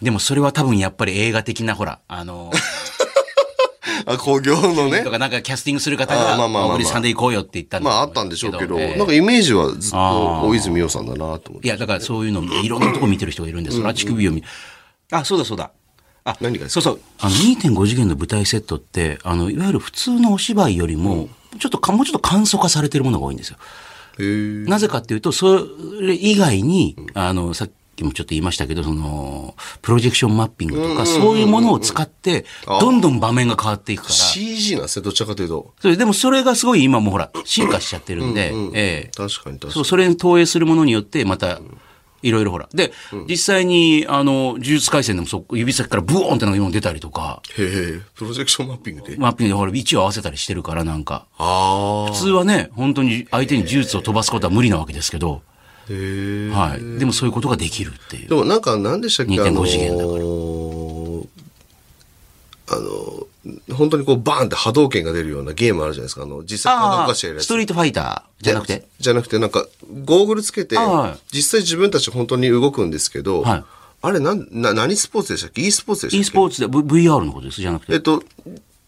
Speaker 3: でもそれは多分やっぱり映画的な、ほら、あの、
Speaker 2: あ、工業のね
Speaker 3: と。かなんかキャスティングする方
Speaker 2: あ
Speaker 3: が、
Speaker 2: ーまあまあまあまあ
Speaker 3: 小栗さんで行こうよって言ったん
Speaker 2: ま
Speaker 3: だ
Speaker 2: あ、あ
Speaker 3: と
Speaker 2: った
Speaker 3: 思
Speaker 2: ん
Speaker 3: うん
Speaker 2: で
Speaker 3: です
Speaker 2: し
Speaker 3: け
Speaker 2: ょ
Speaker 3: ど
Speaker 2: うけど、
Speaker 3: ええ
Speaker 2: なんかイメージはずっと
Speaker 3: あー
Speaker 2: 大泉洋さんだなと思っ
Speaker 3: い
Speaker 2: て。
Speaker 3: や、だからそういうの、いろんなとこ見てる人がいるんです。それは乳首を見あ、そうだそうだ。あ、
Speaker 2: 何がです
Speaker 3: そうそう。あの、2.5次元の舞台セットって、あの、いわゆる普通のお芝居よりも、ちょっとか、もうちょっと簡素化されてるものが多いんですよ。
Speaker 2: へー
Speaker 3: なぜかっていうと、それ以外に、あの、さっきもちょっと言いましたけど、その、プロジェクションマッピングとか、そういうものを使って、どんどん場面が変わっていくから。
Speaker 2: CG なんですね、どちらかというと。
Speaker 3: それでもそれがすごい今もうほら、進化しちゃってるんで、ええ
Speaker 2: 確かに確か
Speaker 3: そう、
Speaker 2: に。
Speaker 3: それに投影するものによって、また、いろいろほら。で、実際に、あの、呪術廻戦でもそ、指先からブオーンってのが今出たりとか、
Speaker 2: へえ、プロジェクションマッピングで。
Speaker 3: マッピングでほら、位置を合わせたりしてるから、なんか。
Speaker 2: ああ。
Speaker 3: 普通はね、本当に相手に呪術を飛ばすことは無理なわけですけど、
Speaker 2: へえ。
Speaker 3: はい。でもそういうことができるっていう
Speaker 2: で。もなんか、なんでしたっけ、
Speaker 3: 2.5
Speaker 2: あの
Speaker 3: 次元だか
Speaker 2: ー、あのー、本当にこう、バーンって波動拳が出るようなゲームあるじゃないですか。あの、実際波動
Speaker 3: ああ、
Speaker 2: かしてやるや
Speaker 3: ス
Speaker 2: つ
Speaker 3: ト。リートファイターじゃなくて。
Speaker 2: じゃなくて、なんか、ゴーグルつけて
Speaker 3: あはい、
Speaker 2: 実際自分たち本当に動くんですけど、
Speaker 3: はい
Speaker 2: あれなんな、何スポーツでしたっけ ?e スポーツでしたっけ
Speaker 3: e スポーツで、v、r のことですじゃなくて。
Speaker 2: えっと、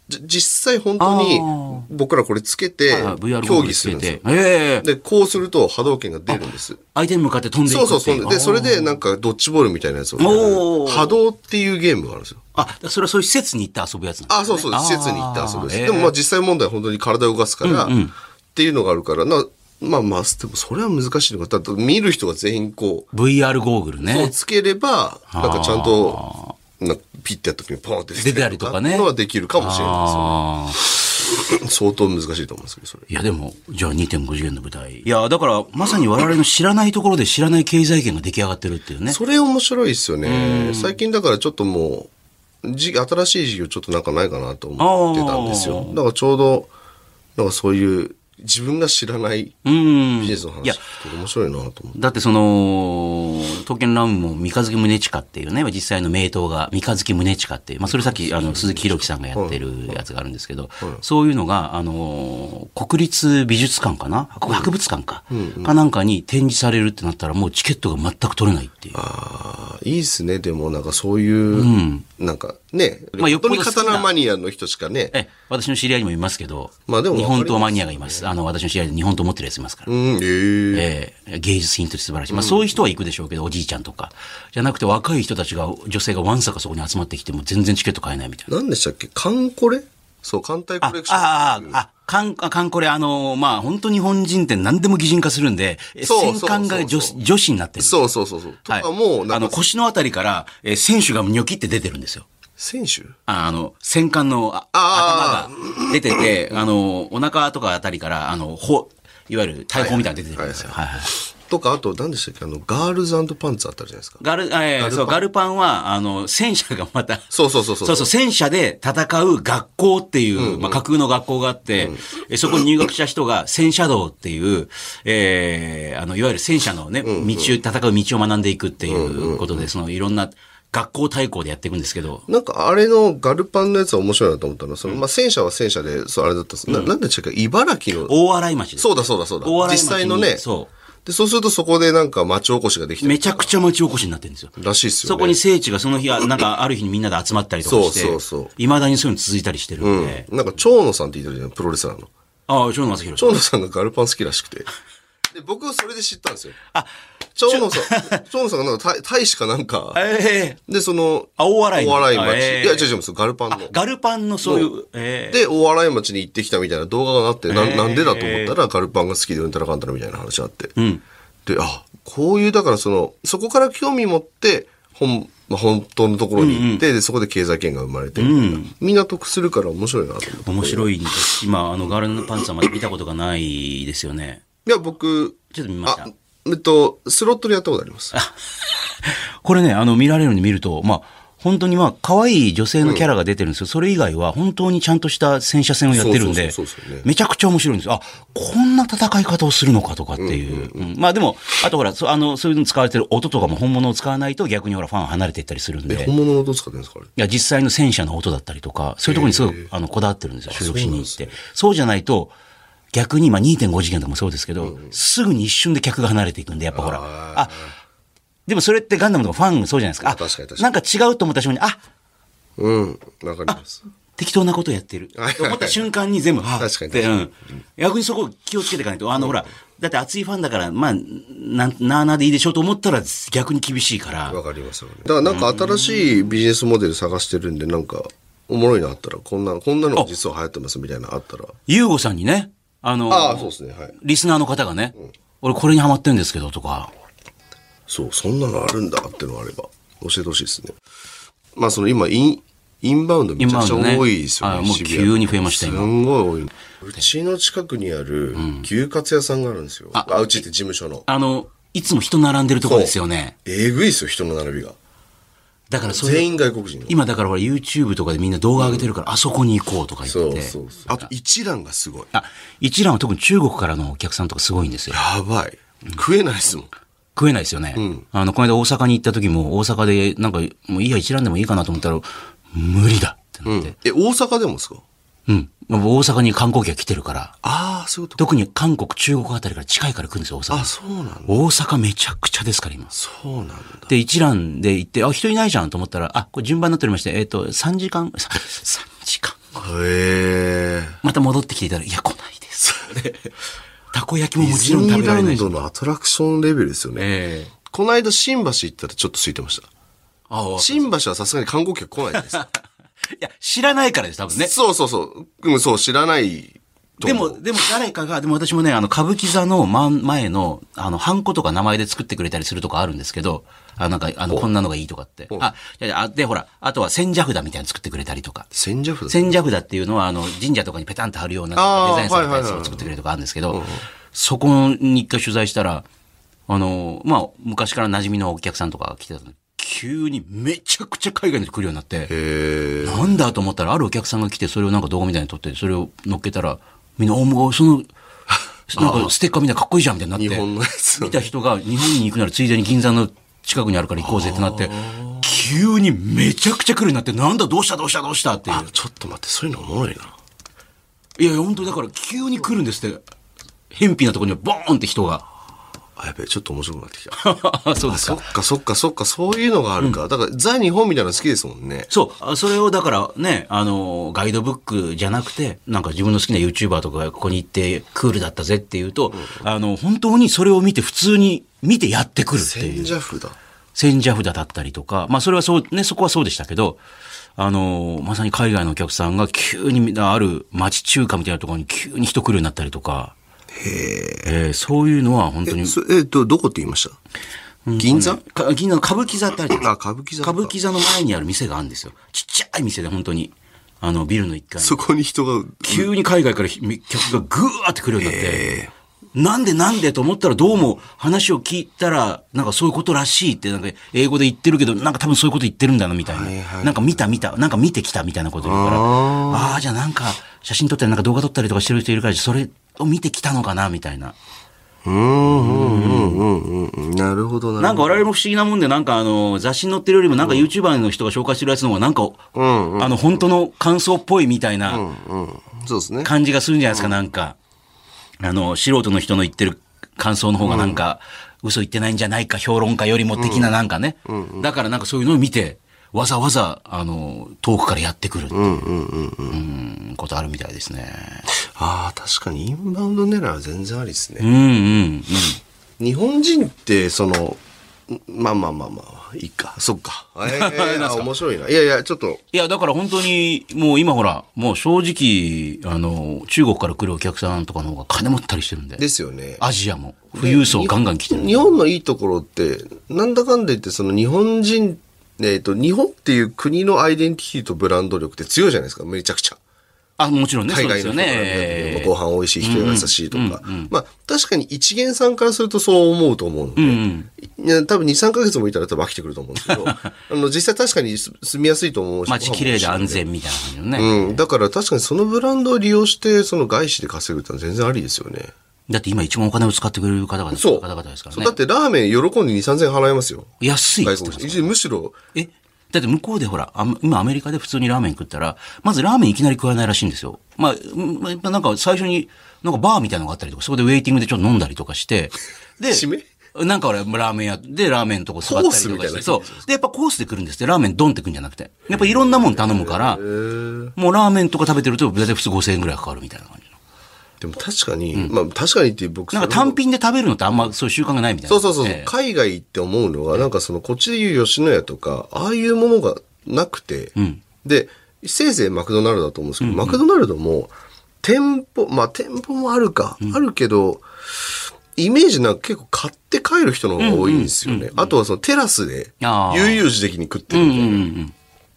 Speaker 2: じ実際本当に僕らこれつけて
Speaker 3: あ VR ゴー
Speaker 2: 競
Speaker 3: グル
Speaker 2: 技
Speaker 3: つ
Speaker 2: する
Speaker 3: け
Speaker 2: んです
Speaker 3: て
Speaker 2: よ。。
Speaker 3: ええ
Speaker 2: で、こうすると波動拳が出るんです。
Speaker 3: 相手に向かって飛んでいく
Speaker 2: そ
Speaker 3: っ
Speaker 2: う
Speaker 3: てい
Speaker 2: そうそう。で、それでなんかドッジボールみたいなやつをや
Speaker 3: お
Speaker 2: る。
Speaker 3: ー
Speaker 2: 波動っていうゲームがあるんですよ。
Speaker 3: あ、あそれはそういう施設に行って遊ぶやつなんだ
Speaker 2: あ、そうそう、施設に行って遊ぶんです。でも
Speaker 3: ま
Speaker 2: まあ実際問題は本当に体を動かすから、っていうのがあるから、なまあまあ、でもそれは難しいのか。だって見る人が全員こう、
Speaker 3: VR ゴーグル
Speaker 2: こう
Speaker 3: ね。
Speaker 2: つければ、なんかちゃんと、なんかピッてやった時にポンって
Speaker 3: 出たりとかね
Speaker 2: のはできるかもしれない
Speaker 3: ああ。
Speaker 2: ですよ。 相当難しいと思うんですけど、それ。
Speaker 3: いやでも、じゃあ2.5次元の舞台。いや、だからまさに我々の知らないところで知らない経済圏が出来上がってるっていうね。
Speaker 2: それ面白いですよね。最近だからちょっともう、じ新しい事業ちょっとなんかないかなと思ってたんです
Speaker 3: あ
Speaker 2: よ。
Speaker 3: ー
Speaker 2: だからちょうど、なんかそういう、自分が知らない
Speaker 3: うん
Speaker 2: ビジネスの話、
Speaker 3: いや
Speaker 2: ちょっと面白いなと思って。
Speaker 3: だってその、刀剣乱舞も三日月宗近っていうね、実際の名刀が三日月宗近っていう、まあそれさっきあの鈴木宏樹さんがやってるやつがあるんですけど、そういうのが、あの、国立美術館かな博物館か、かなんかに展示されるってなったらもうチケットが全く取れないっていう。
Speaker 2: あーいいっすね。でもなんかそういう、なんかね、
Speaker 3: まあよっ
Speaker 2: 本当に
Speaker 3: ぽど好きな
Speaker 2: 刀マニアの人しかね、
Speaker 3: ええ、私の知り合いにもいますけど、
Speaker 2: まあでも
Speaker 3: 日本刀
Speaker 2: わ
Speaker 3: マ
Speaker 2: かります
Speaker 3: ニアがいます。あの、私の知り合いで日本刀持ってるやついますから。
Speaker 2: うん、えー
Speaker 3: ええ芸術品として素晴らしい。まあそういう人は行くでしょうけど、おじいちゃんとか。じゃなくて若い人たちが、女性がわんさかそこに集まってきても全然チケット買えないみたいな。
Speaker 2: 何でしたっけカンコレそう、艦隊コレクション。
Speaker 3: ああ、あ、カン、あカンコレ、あの、まあ、本当日本人って何でも擬人化するんで、え
Speaker 2: そう
Speaker 3: 戦艦が女
Speaker 2: そうそうそう
Speaker 3: 女子になってる。
Speaker 2: そうそうそうそう。と
Speaker 3: はい。
Speaker 2: かもう、
Speaker 3: あ
Speaker 2: なん
Speaker 3: の、
Speaker 2: か、
Speaker 3: 腰のあたりから、えー選手がニョキって出てるんですよ。
Speaker 2: 選手
Speaker 3: ああの、戦艦のあ
Speaker 2: あ
Speaker 3: 頭が出てて、あの、お腹とかあたりから、あの、ほ、いわゆる大砲みたいなの出てるんですよ。はいはい。
Speaker 2: とか、あと何でしたっけあの、ガールズパンツあったじゃないですか。
Speaker 3: ガル、えー
Speaker 2: ガルパン
Speaker 3: そう、ガルパンは、あの、戦車がまた、
Speaker 2: そうそうそう
Speaker 3: そ
Speaker 2: そうう。
Speaker 3: そう戦車で戦う学校っていう、まあ、架空の学校があって、えそこに入学した人が戦車道っていう、えーあの、いわゆる戦車のね、道を、戦う道を学んでいくっていうことで、その、いろんな学校対抗でやっていくんですけど、
Speaker 2: なんかあれのガルパンのやつは面白いなと思ったのは、その、まあ、戦車は戦車で、そう、あれだったんです、ななんでしたっけ茨城の、
Speaker 3: 大洗町です。
Speaker 2: そうだそうだそうだ
Speaker 3: 大洗。町
Speaker 2: 実
Speaker 3: に
Speaker 2: 際のね、
Speaker 3: そ
Speaker 2: で、そうするとそこでなんか町おこしができ
Speaker 3: う。
Speaker 2: て
Speaker 3: めちゃくちゃ町おこしになってるんですよ。
Speaker 2: らしいっすよね。
Speaker 3: そこに聖地がその日は、なんかある日にみんなで集まったりとかして、
Speaker 2: そうそうそう
Speaker 3: いまだにそういうの続いたりしてるんで、
Speaker 2: なんか、蝶野さんって言ってるじゃん、プロレスラーの。
Speaker 3: ああ、長野正弘さん
Speaker 2: 蝶野さんが ガルパン好きらしくて。で、僕はそれで知ったんですよ。
Speaker 3: あ、
Speaker 2: 蝶野さ ん、蝶野さんがなんか、大使かなんか、
Speaker 3: ええ
Speaker 2: で、その、
Speaker 3: あ大洗
Speaker 2: 大
Speaker 3: の
Speaker 2: 洗
Speaker 3: あ
Speaker 2: 町。
Speaker 3: ええ
Speaker 2: いや、違う違う、そのガルパンの。
Speaker 3: ガルパンのそういう、ええ
Speaker 2: で、大洗町に行ってきたみたいな動画があって、な
Speaker 3: ええ
Speaker 2: なんでだと思ったら、ガルパンが好きでうんたらかんたらみたいな話があって。で、あ、こういう、だからその、そこから興味持って、本、まあ、本当のところに行って、で、そこで経済圏が生まれてみたいな、みんな得するから面白いなと思って。
Speaker 3: 面白いんですし、今、あの、ガールズパンツはまだ見たことがないですよね。
Speaker 2: いや、僕、
Speaker 3: ちょっと見まし
Speaker 2: あ
Speaker 3: た。、
Speaker 2: えっと、スロットでやったことあります。
Speaker 3: これね、あの、見られるのに見ると、まあ、本当にまあ、可愛い女性のキャラが出てるんですよ。それ以外は、本当にちゃんとした戦車戦をやってるんで
Speaker 2: そうそうそうそうそうね、
Speaker 3: めちゃくちゃ面白いんですよ。あ、こんな戦い方をするのかとかっていう。うんまあでも、あとほら、そあの、そういうのに使われてる音とかも本物を使わないと逆にほら、ファン離れていったりするんで。
Speaker 2: え、本物の音使ってるんですかあれ。
Speaker 3: いや、実際の戦車の音だったりとか、そういうところにすごく、あの、こだわってるんですよ、収録しに行って。そうじゃないと、逆に、まあ2.5次元とかもそうですけど、すぐに一瞬で客が離れていくんで、やっぱほら、あ、でもそれってガンダムのファンもそうじゃないですか。あ、
Speaker 2: 確かに確
Speaker 3: なんか違うと思った瞬間に、あ、
Speaker 2: うん、わかります。
Speaker 3: 適当なことやってる。
Speaker 2: はいはい
Speaker 3: と思った瞬間に全部、はあ
Speaker 2: 確かに
Speaker 3: って、う
Speaker 2: 確
Speaker 3: ん。逆にそこを気をつけていかないと、あの、ほら、だって熱いファンだから、まあ、なん、なあなあでいいでしょうと思ったら逆に厳しいから。
Speaker 2: わかります。わかりますだからなんか新しいビジネスモデル探してるんで、なんか、おもろいのあったら、こんな、こんなの実は流行ってますみたいなのあったら。
Speaker 3: ユーゴさんにね、あの、
Speaker 2: ああ、そうですね、はい。
Speaker 3: リスナーの方がね、俺これにハマってるんですけどとか、
Speaker 2: そう、そんなのあるんだってのがあれば、教えてほしいですね。まあ、その今、イン、インバウンドめちゃくちゃ
Speaker 3: インバウンドね
Speaker 2: 多いですよね。
Speaker 3: あもう
Speaker 2: 渋谷
Speaker 3: 急に増えました今
Speaker 2: すんごい多い。うちの近くにある牛カツ屋さんがあるんですよ。
Speaker 3: あ
Speaker 2: あ、うちって事務所の。
Speaker 3: あの、いつも人並んでるとこですよね。
Speaker 2: えぐいですよ、人の並びが。
Speaker 3: だからそれ、
Speaker 2: 全員外国人の。
Speaker 3: 今だからほら YouTube とかでみんな動画上げてるから、あそこに行こうとか言って。
Speaker 2: そうそうそう。あと一覧がすごい。
Speaker 3: あ、一蘭は特に中国からのお客さんとかすごいんですよ。
Speaker 2: やばい。食えないですもん。
Speaker 3: 食えないですよね。あの、この間大阪に行った時も、大阪でなんか、もういいや一蘭でもいいかなと思ったら、無理だってなって。
Speaker 2: え、大阪でもですか
Speaker 3: うん。まあ大阪に観光客来てるから、
Speaker 2: ああ、そういうこと
Speaker 3: 特に韓国、中国あたりから近いから来るんですよ、大阪。
Speaker 2: あ、そうなんだ。
Speaker 3: 大阪めちゃくちゃですから、今。
Speaker 2: そうなんだ。
Speaker 3: で、一覧で行って、あ、人いないじゃんと思ったら、あ、これ順番になっておりまして、えっ、と、3時間、3時間
Speaker 2: へえ。
Speaker 3: また戻ってきていたら、いや、来ないです。 たこ焼きも
Speaker 2: デ
Speaker 3: も
Speaker 2: ィ
Speaker 3: ち
Speaker 2: ズ
Speaker 3: ろん
Speaker 2: ニ
Speaker 3: 食べ
Speaker 2: ー
Speaker 3: ら
Speaker 2: ラ
Speaker 3: れない
Speaker 2: ン
Speaker 3: し。
Speaker 2: ドのアトラクションレベルですよね。
Speaker 3: ええ
Speaker 2: この間新橋行ったらちょっと空いてました。
Speaker 3: ああ。い
Speaker 2: 新橋はさすがに観光客来ないじゃないですか。
Speaker 3: や、知らないからです、多分 ね。
Speaker 2: そうそうそう。うん、そう、知らないと
Speaker 3: で
Speaker 2: 思
Speaker 3: も、
Speaker 2: う。
Speaker 3: でも誰かが、でも私もね、あの、歌舞伎座のまん前の、あの、ハンコとか名前で作ってくれたりするとかあるんですけど、あ、なんか、あの、こんなのがいいとかって。あ、いやいやあで、ほら、あとは千社札みたいなの作ってくれたりとか。
Speaker 2: 千社札。
Speaker 3: 千社札っていうのは、あの、神社とかにペタンと貼るような
Speaker 2: あー
Speaker 3: デザインされたや
Speaker 2: はいはい
Speaker 3: つ
Speaker 2: はいは
Speaker 3: を
Speaker 2: い
Speaker 3: 作ってくれるとかあるんですけど、そこに一回取材したら、あの、まあ、昔から馴染みのお客さんとかが来てたのに、急にめちゃくちゃ海外の人来るようになって、
Speaker 2: へえ。
Speaker 3: なんだと思ったら、あるお客さんが来て、それをなんか動画みたいに撮って、それを乗っけたら、みんな、おもう その、なんかステッカーみんなかっこいいじゃんみたいになって。
Speaker 2: 日本のやつ。
Speaker 3: 見た人が日本に行くならついでに銀座の近くにあるから行こうぜってなって、急にめちゃくちゃ来るようになって、なんだどうしたどうしたどうしたっていう。
Speaker 2: ちょっと待って、そういうのおもろいな。
Speaker 3: いやいや、本当にだから急に来るんですって。偏僻なところにボーンって人 が。
Speaker 2: あ、やべえ、ちょっと面白くなってきた。
Speaker 3: そうで
Speaker 2: あそっかそっかそっか、そういうのがあるか。だから、ザ・日本みたいなの好きですもんね。
Speaker 3: そうあ。それをだからね、あの、ガイドブックじゃなくて、なんか自分の好きな YouTuber とかがここに行ってクールだったぜっていうと、あの、本当にそれを見て普通に見てやってくるっていう
Speaker 2: 千。社札。
Speaker 3: 千社札だったりとか、まあそれはそう、ね、そこはそうでしたけど、あのー、まさに海外のお客さんが急にある町中華みたいなところに急に人来るようになったりとか、えーそういうのは本当に、
Speaker 2: そえっと、どこって言いました銀座
Speaker 3: か銀座の歌舞伎座ってあるじゃないですか
Speaker 2: あ、歌舞伎座か
Speaker 3: 歌舞伎座の前にある店があるんですよ。ちっちゃい店で本当に、あの、ビルの一階に
Speaker 2: そこに人が、
Speaker 3: 急に海外からひ客がぐわーって来るようになって、なんでなんでと思ったらどうも話を聞いたら、なんかそういうことらしいって、なんか英語で言ってるけど、なんか多分そういうこと言ってるんだなみたいな。なんか見た見た、なんか見てきたみたいなこと言うから、ああー、じゃあなんか写真撮ったりなんか動画撮ったりとかしてる人いるから、それを見てきたのかなみたいな。
Speaker 2: うーん、うん、うん、うん、うん。なるほど、
Speaker 3: な
Speaker 2: なる
Speaker 3: んか
Speaker 2: ほど。
Speaker 3: 我々も不思議なもんで、なんかあの、雑誌に載ってるよりも、なんか YouTuber の人が紹介してるやつの方が、なんか、あの、本当の感想っぽいみたいな。
Speaker 2: そうですね。
Speaker 3: 感じがするんじゃないですか、なんか。あの、素人の人の言ってる感想の方がなんか、嘘言ってないんじゃないか、評論家よりも的ななんかね。だからなんかそういうのを見て、わざわざ、あの、遠くからやってくるっていう、うんことあるみたいですね。
Speaker 2: ああ、確かにインバウンド狙いは全然ありですね
Speaker 3: う。んうん
Speaker 2: 日本人ってそのんまあまあまあまあいいかそっ か、えーあ面白いないやいやちょっと
Speaker 3: いや、だから本当に、もう今ほら、もう正直、あの、中国から来るお客さんとかの方が金持ったりしてるんで。
Speaker 2: ですよね
Speaker 3: アジアも、富裕層ガンガン来てるんで
Speaker 2: 日本のいいところってなんだかんだ言ってその日本人えっ、と日本っていう国のアイデンティティとブランド力って強いじゃないですかめちゃくちゃ
Speaker 3: あ、もちろんね、そ
Speaker 2: 海
Speaker 3: うで
Speaker 2: 外
Speaker 3: す
Speaker 2: の
Speaker 3: よ
Speaker 2: 人からね
Speaker 3: ね。
Speaker 2: ご飯美味しい人優しいとか、まあ確かに一元さんからするとそう思うと思うので、いや多分23か月もいたら多分飽きてくると思うんです けどあの実際確かに住住みやすいと思うし
Speaker 3: 街
Speaker 2: ご飯も
Speaker 3: 綺
Speaker 2: 美
Speaker 3: 麗
Speaker 2: 味しい
Speaker 3: で
Speaker 2: の
Speaker 3: 安全みたいな感じのね。
Speaker 2: うん、だから確かにそのブランドを利用して、その外資で稼ぐってのは全然ありですよね。
Speaker 3: だって今一番お金を使ってくれる方々
Speaker 2: そう。
Speaker 3: 方々ですから
Speaker 2: そう
Speaker 3: ね
Speaker 2: だっ。てラーメン喜んで2、3000円払いますよ。
Speaker 3: 安いっ
Speaker 2: 外
Speaker 3: つっ
Speaker 2: 国
Speaker 3: てます
Speaker 2: 人。むしろ、
Speaker 3: えだって向こうでほら、あ今アメリカで普通にラーメン食ったら、まずラーメンいきなり食わないらしいんですよ。まあうん、まあなんか最初に、なんかバーみたいなのがあったりとか、そこでウェイティングでちょっと飲んだりとかして、で、
Speaker 2: 締め
Speaker 3: なんか俺、ラーメン屋でラーメンのとこ座ったりとかして。
Speaker 2: コースみたいな
Speaker 3: そう。で、やっぱコースで来るんですって、ラーメンドンって来るんじゃなくて。やっぱいろんなもん頼むから、もうラーメンとか食べてると、大体普通5000円ぐらいかかるみたいな感じの。
Speaker 2: でも確かに、まあ確かにって僕、
Speaker 3: なんか単品で食べるのってあんまそういう習慣がないみたいな。
Speaker 2: そうそうそうそう、
Speaker 3: ええ
Speaker 2: 海外行って思うのは、なんかその、こっちで言う吉野家とか、ああいうものがなくて、で、せいぜいマクドナルドだと思うんですけど、マクドナルドも、店舗、まあ店舗もあるか、あるけど、イメージなんか結構買って帰る人の方が多いんですよね。あとはそのテラスで、
Speaker 3: あー
Speaker 2: 悠々自適に食ってるみたいな。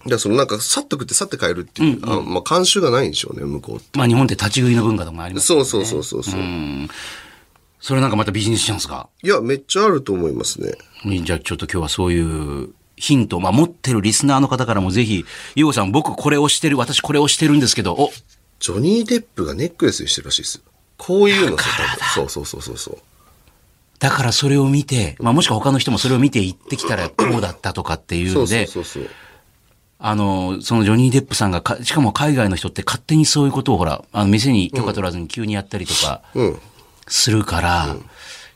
Speaker 2: だからそのなんか、さっと食ってさっと帰るっていう、あまあ慣習がないんでしょうね、向こうって。
Speaker 3: まあ日本って立ち食いの文化とかもあります。
Speaker 2: そうそうそうそうそう。
Speaker 3: それなんかまたビジネスチャンスが。
Speaker 2: いや、めっちゃあると思いますね。
Speaker 3: じゃあちょっと今日はそういうヒント、まあ持ってるリスナーの方からもぜひ、ゆうごさん僕これをしてる、私これをしてるんですけど、お
Speaker 2: ジョニー・デップがネックレスにしてるらしいですよ。こういうのそうそうそうそうそう。
Speaker 3: だからそれを見て、まあもしくは他の人もそれを見て行ってきたらこうだったとかっていう
Speaker 2: そ
Speaker 3: の
Speaker 2: うそう
Speaker 3: で、
Speaker 2: そうそう。
Speaker 3: あの、そのジョニー・デップさんがか、しかも海外の人って勝手にそういうことをほら、あの店に許可取らずに急にやったりとか
Speaker 2: うん。
Speaker 3: するから、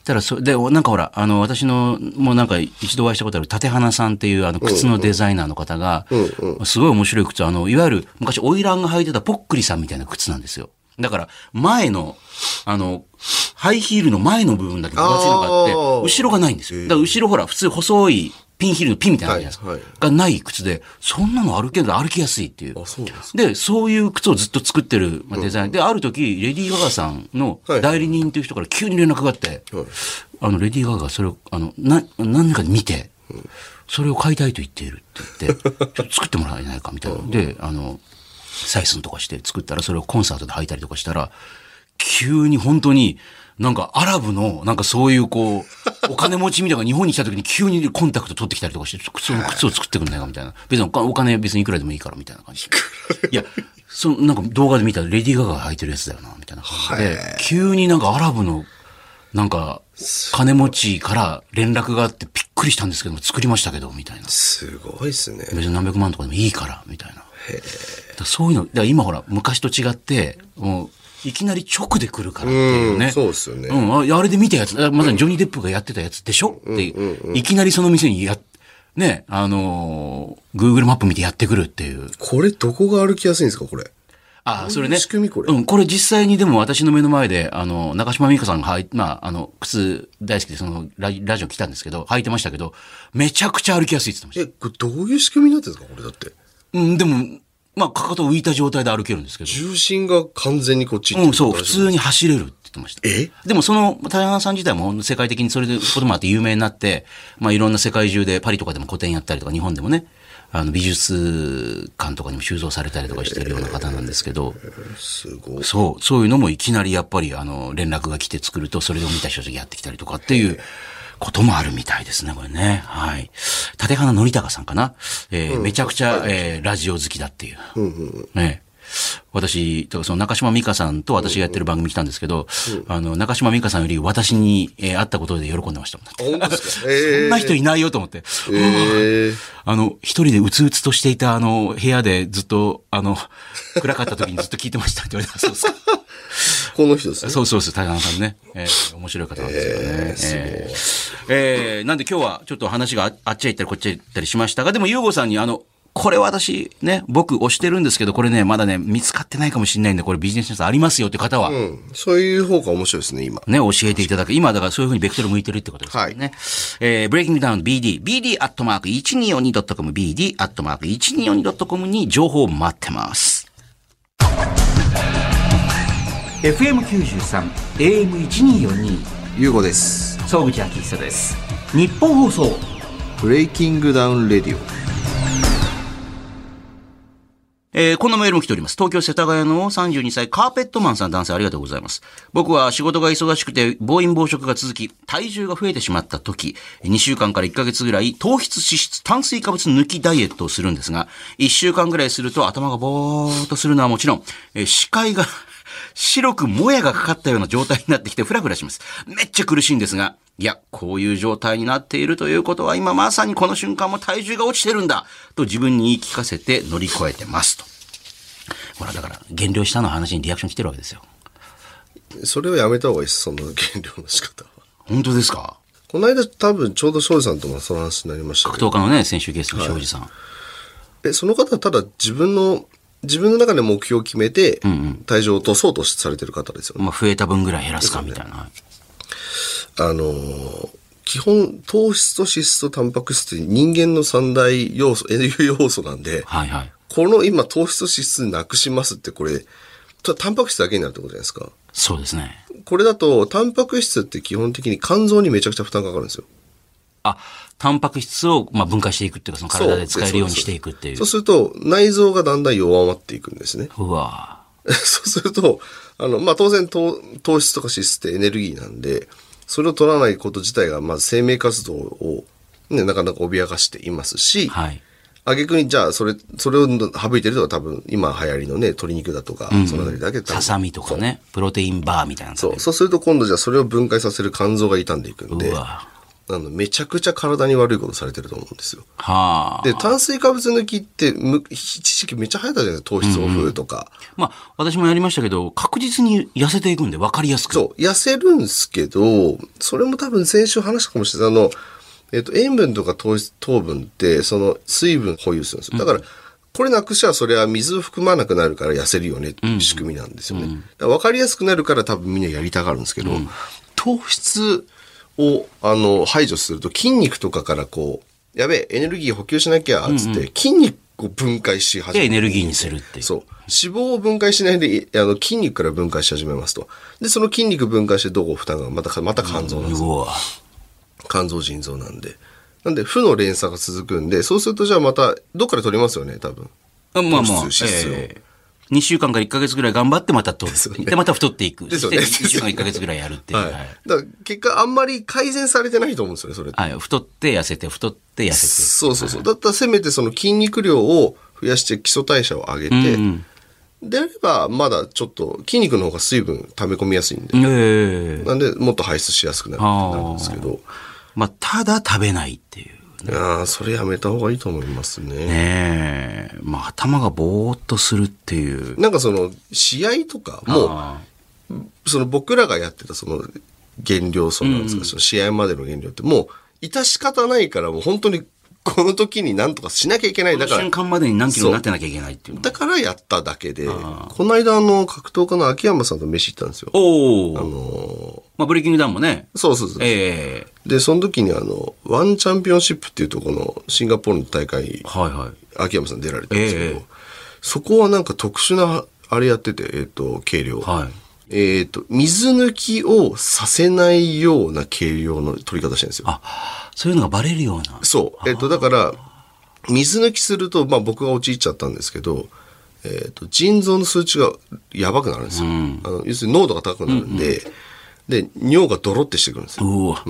Speaker 3: ただそでおなんかほらあの私のもうなんか一度お会いしたことある立花さんっていうあの靴のデザイナーの方が、すごい面白い靴あのいわゆる昔花魁が履いてたポックリさんみたいな靴なんですよだから前のあのハイヒールの前の部分だけ分厚いのがあって
Speaker 2: あー
Speaker 3: 後ろがないんですよだから後ろほら普通細いピンヒールのピンみたいなのあるじゃないですか、がない靴でそんなの歩ける歩きやすいっていう
Speaker 2: あ、そうなんですか。
Speaker 3: で、そういう靴をずっと作ってるまあデザイン、で、ある時、レディー・ガガさんの代理人という人から急に連絡があって、
Speaker 2: はい
Speaker 3: あの、レディー・ガガがそれを、あの、な、何かで見て、それを買いたいと言っているって言って、ちょっと作ってもらえないかみたいな。で、あの、採寸とかして作ったら、それをコンサートで履いたりとかしたら、急に本当に、なんかアラブの、なんかそういうこう、お金持ちみたいなのが日本に来た時に急にコンタクト取ってきたりとかして、靴を靴を作ってくんないかみたいな。別にお金お金別にいくらでもいいからみたいな感じで。いや、そのなんか動画で見たらレディー・ガガが履いてるやつだよな、みたいな感じで。急になんかアラブの、なんか、金持ちから連絡があってびっくりしたんですけども、作りましたけど、みたいな。
Speaker 2: すごいですね。
Speaker 3: 別に何百万とかでもいいから、みたいな。だからそういうの、だから今ほら、昔と違って、もう、いきなり直で来るからっていうね。
Speaker 2: うんそうですよね
Speaker 3: うん、あいやあれで見たやつ、あまさにジョニー・デップがやってたやつでしょって、いきなりその店にやっ、ね、あのー、Google マップ見てやってくるっていう。
Speaker 2: これどこが歩きやすいんですか、これ。
Speaker 3: あ、それね。
Speaker 2: 仕組みこれ
Speaker 3: うん、これ実際にでも私の目の前で、あの、中島美香さんが履い、まあ、あの、靴大好きで、そのラジ、ラジオ来たんですけど、履いてましたけど、めちゃくちゃ歩きやすいって言ってました。
Speaker 2: え、これどういう仕組みになってるんですか、これだって。
Speaker 3: うん、でも、まあ、かかと浮いた状態で歩けるんですけど。
Speaker 2: 重心が完全にこっち
Speaker 3: うん、そう、普
Speaker 2: 普
Speaker 3: 通に走れるって言ってました。
Speaker 2: え
Speaker 3: でもその、田中さん自体も世界的にそれでこともあって有名になって、まあいろんな世界中でパリとかでも個展やったりとか、日本でもね、あの美術館とかにも収蔵されたりとかしてるような方なんですけど、
Speaker 2: すごい。
Speaker 3: そう、そういうのもいきなりやっぱりあの、連絡が来て作ると、それを見た人たちがやってきたりとかっていうこともあるみたいですね、これね。はい。立花則高さんかな。えーめちゃくちゃ、えーラジオ好きだっていう。ね私と、その中島美香さんと私がやってる番組来たんですけど、あの、中島美香さんより私に、えー会ったことで喜んでましたもん。
Speaker 2: あ、本当です か。え
Speaker 3: そんな人いないよと思って。
Speaker 2: ええー
Speaker 3: あの、一人でうつうつとしていた、あの、部屋でずっと、あの、暗かった時にずっと聞いてましたって言われたそうですか。
Speaker 2: この人ですね。
Speaker 3: そうそうそう、田中さんね。えー面白い方なんですよね。えーえーなんで今日はちょっと話がああっちへ行ったりこっちへ行ったりしましたが、でも、ゆうごさんにあの、これ私ね、僕押してるんですけど、これね、まだね、見つかってないかもしれないんで、これビジネスチャンスありますよって方は、
Speaker 2: うん。そういう方が面白いですね、今。
Speaker 3: ね、教えていただく。今だからそういうふうにベクトル向いてるってことですよね。
Speaker 2: は
Speaker 3: えー、ブレイキングダウン BD、BD アットマーク 1242.com、BD アットマーク 1242.com に情報を待ってます。
Speaker 1: FM93 AM1242
Speaker 4: ゆうごです
Speaker 1: 総口昭久です日本放送
Speaker 4: ブレイキングダウンレディオ
Speaker 3: えーこんなメールも来ております。東京世田谷の32歳、カーペットマンさん男性ありがとうございます。僕は仕事が忙しくて、暴飲暴食が続き、体重が増えてしまった時、2週間から1ヶ月ぐらい、糖質、脂質、炭水化物抜きダイエットをするんですが、1週間ぐらいすると頭がぼーっとするのはもちろん、えー視界が、白くもやがかかったような状態になってきてフラフラします。めっちゃ苦しいんですが、いや、こういう状態になっているということは今まさにこの瞬間も体重が落ちてるんだと自分に言い聞かせて乗り越えてますと。ほら、だから、減量したの話にリアクション来てるわけですよ。
Speaker 2: それをやめた方がいいです、その減量の仕方は。
Speaker 3: 本当ですか
Speaker 2: この間多分ちょうど庄司さんともその話になりました
Speaker 3: 格
Speaker 2: けど、
Speaker 3: 闘家のね、先週ゲストの庄司さん。
Speaker 2: えその方はただ自分の、自分の中で目標を決めて、体重を落とそうとされてる方ですよね。
Speaker 3: まあ、増えた分ぐらい減らすかみたいな。
Speaker 2: あのー基本、糖質と脂質とタンパク質って人間の三大要素、栄養要素なんで、
Speaker 3: はいはい。
Speaker 2: この今糖質と脂質なくしますってこれ、たタンパク質だけになるってことじゃないですか。
Speaker 3: そうですね。
Speaker 2: これだと、タンパク質って基本的に肝臓にめちゃくちゃ負担かかるんですよ。
Speaker 3: あ、タンパク質を、まあ、分解していくっていうか、その体で使えるようにしていくっていう
Speaker 2: そう。すると、内臓がだんだん弱まっていくんですね。
Speaker 3: うわ
Speaker 2: そうすると、あの、まあ、当然糖、糖質とか脂質ってエネルギーなんで、それを取らないこと自体が、まず生命活動を、ね、なかなか脅かしていますし、
Speaker 3: はい。
Speaker 2: 挙句に、じゃあ、それ、それを省いてるのは多分、今流行りのね、鶏肉だとか、そのあたりだけ多分
Speaker 3: ささみとかね、プロテインバーみたいなの
Speaker 2: そう。そうすると今度じゃあそれを分解させる肝臓が傷んでいくんで、
Speaker 3: うわ
Speaker 2: あのめちゃくちゃ体に悪いことされてると思うんですよ。
Speaker 3: はあ。
Speaker 2: で、炭水化物抜きって、む一時期めっちゃ流行ったじゃないですか、糖質オフとか。
Speaker 3: まあ、私もやりましたけど、確実に痩せていくんで分かりやすく。
Speaker 2: そう、痩せるんすけど、それも多分先週話したかもしれない。あの、えっ、と、塩分とか糖質糖分って、その水分保有するんですよ。だから、これなくしちゃそれは水を含まなくなるから痩せるよねっていう仕組みなんですよね。だから分かりやすくなるから多分みんなやりたがるんですけど、糖質をあの排除すると筋肉とかからこう、やべえ、エネルギー補給しなきゃ、つって筋肉を分解し始め
Speaker 3: で、
Speaker 2: る
Speaker 3: エネルギーにするっていう。
Speaker 2: そう。脂肪を分解しないで、あの、筋肉から分解し始めますと。で、その筋肉分解してどこ負担が、また、また肝臓なんです
Speaker 3: う
Speaker 2: よ。
Speaker 3: わ。
Speaker 2: 肝臓、腎臓なんで。なんで、負の連鎖が続くんで、そうするとじゃあまた、どっかで取りますよね、多分。
Speaker 3: あまあまあ、
Speaker 2: 糖質脂質を
Speaker 3: ええ2週間から1ヶ月ぐらい頑張ってまた取
Speaker 2: すよ
Speaker 3: る。
Speaker 2: ね
Speaker 3: で、また太っていく。
Speaker 2: ですよね
Speaker 3: そして2週間1ヶ月ぐらいやるっていう。
Speaker 2: は。
Speaker 3: はいい
Speaker 2: だから、結果あんまり改善されてないと思うんですよね、それって。
Speaker 3: はい。太って痩せて、太って痩せて。
Speaker 2: そうそうそう。だったらせめてその筋肉量を増やして基礎代謝を上げて、であれば、まだちょっと筋肉の方が水分溜め込みやすいんで、
Speaker 3: ええ
Speaker 2: なんでもっと排出しやすくなるってなるんですけど、
Speaker 3: まあ、ただ食べないっていう。
Speaker 2: ああ、それやめた方がいいと思いますね。
Speaker 3: ねえ。まあ、頭がぼーっとするっていう。
Speaker 2: なんかその、試合とかも、
Speaker 3: あ
Speaker 2: その僕らがやってたその、減量、そうなんですか、その試合までの減量って、もう、致し方ないから、もう本当に、この時になんとかしなきゃいけない。
Speaker 3: あ
Speaker 2: だから、
Speaker 3: 瞬間までに何キロになってなきゃいけないっていうの。
Speaker 2: だからやっただけで、この間あの、格闘家の秋山さんと飯行ったんですよ。
Speaker 3: お
Speaker 2: あ
Speaker 3: お。
Speaker 2: の
Speaker 3: まあ、ブレイキングダウンもね。
Speaker 2: ーそうそうそう。
Speaker 3: ええ
Speaker 2: で、その時にあの、ワンチャンピオンシップっていうとこの、シンガポールの大会
Speaker 3: はいはい。
Speaker 2: 秋山さん出られたんですけど、
Speaker 3: ええ
Speaker 2: そこはなんか特殊なあれやってて、えっと計量、
Speaker 3: はい
Speaker 2: えっと水抜きをさせないような計量の取り方してるんですよ。
Speaker 3: あ、そういうのがバレるような。
Speaker 2: そう、えっとだから水抜きすると、まあ、僕が陥っちゃったんですけど、えっと腎臓の数値がやばくなるんですよ、あの要するに濃度が高くなるんで、で尿がドロってしてくるんですよ。
Speaker 3: うわ。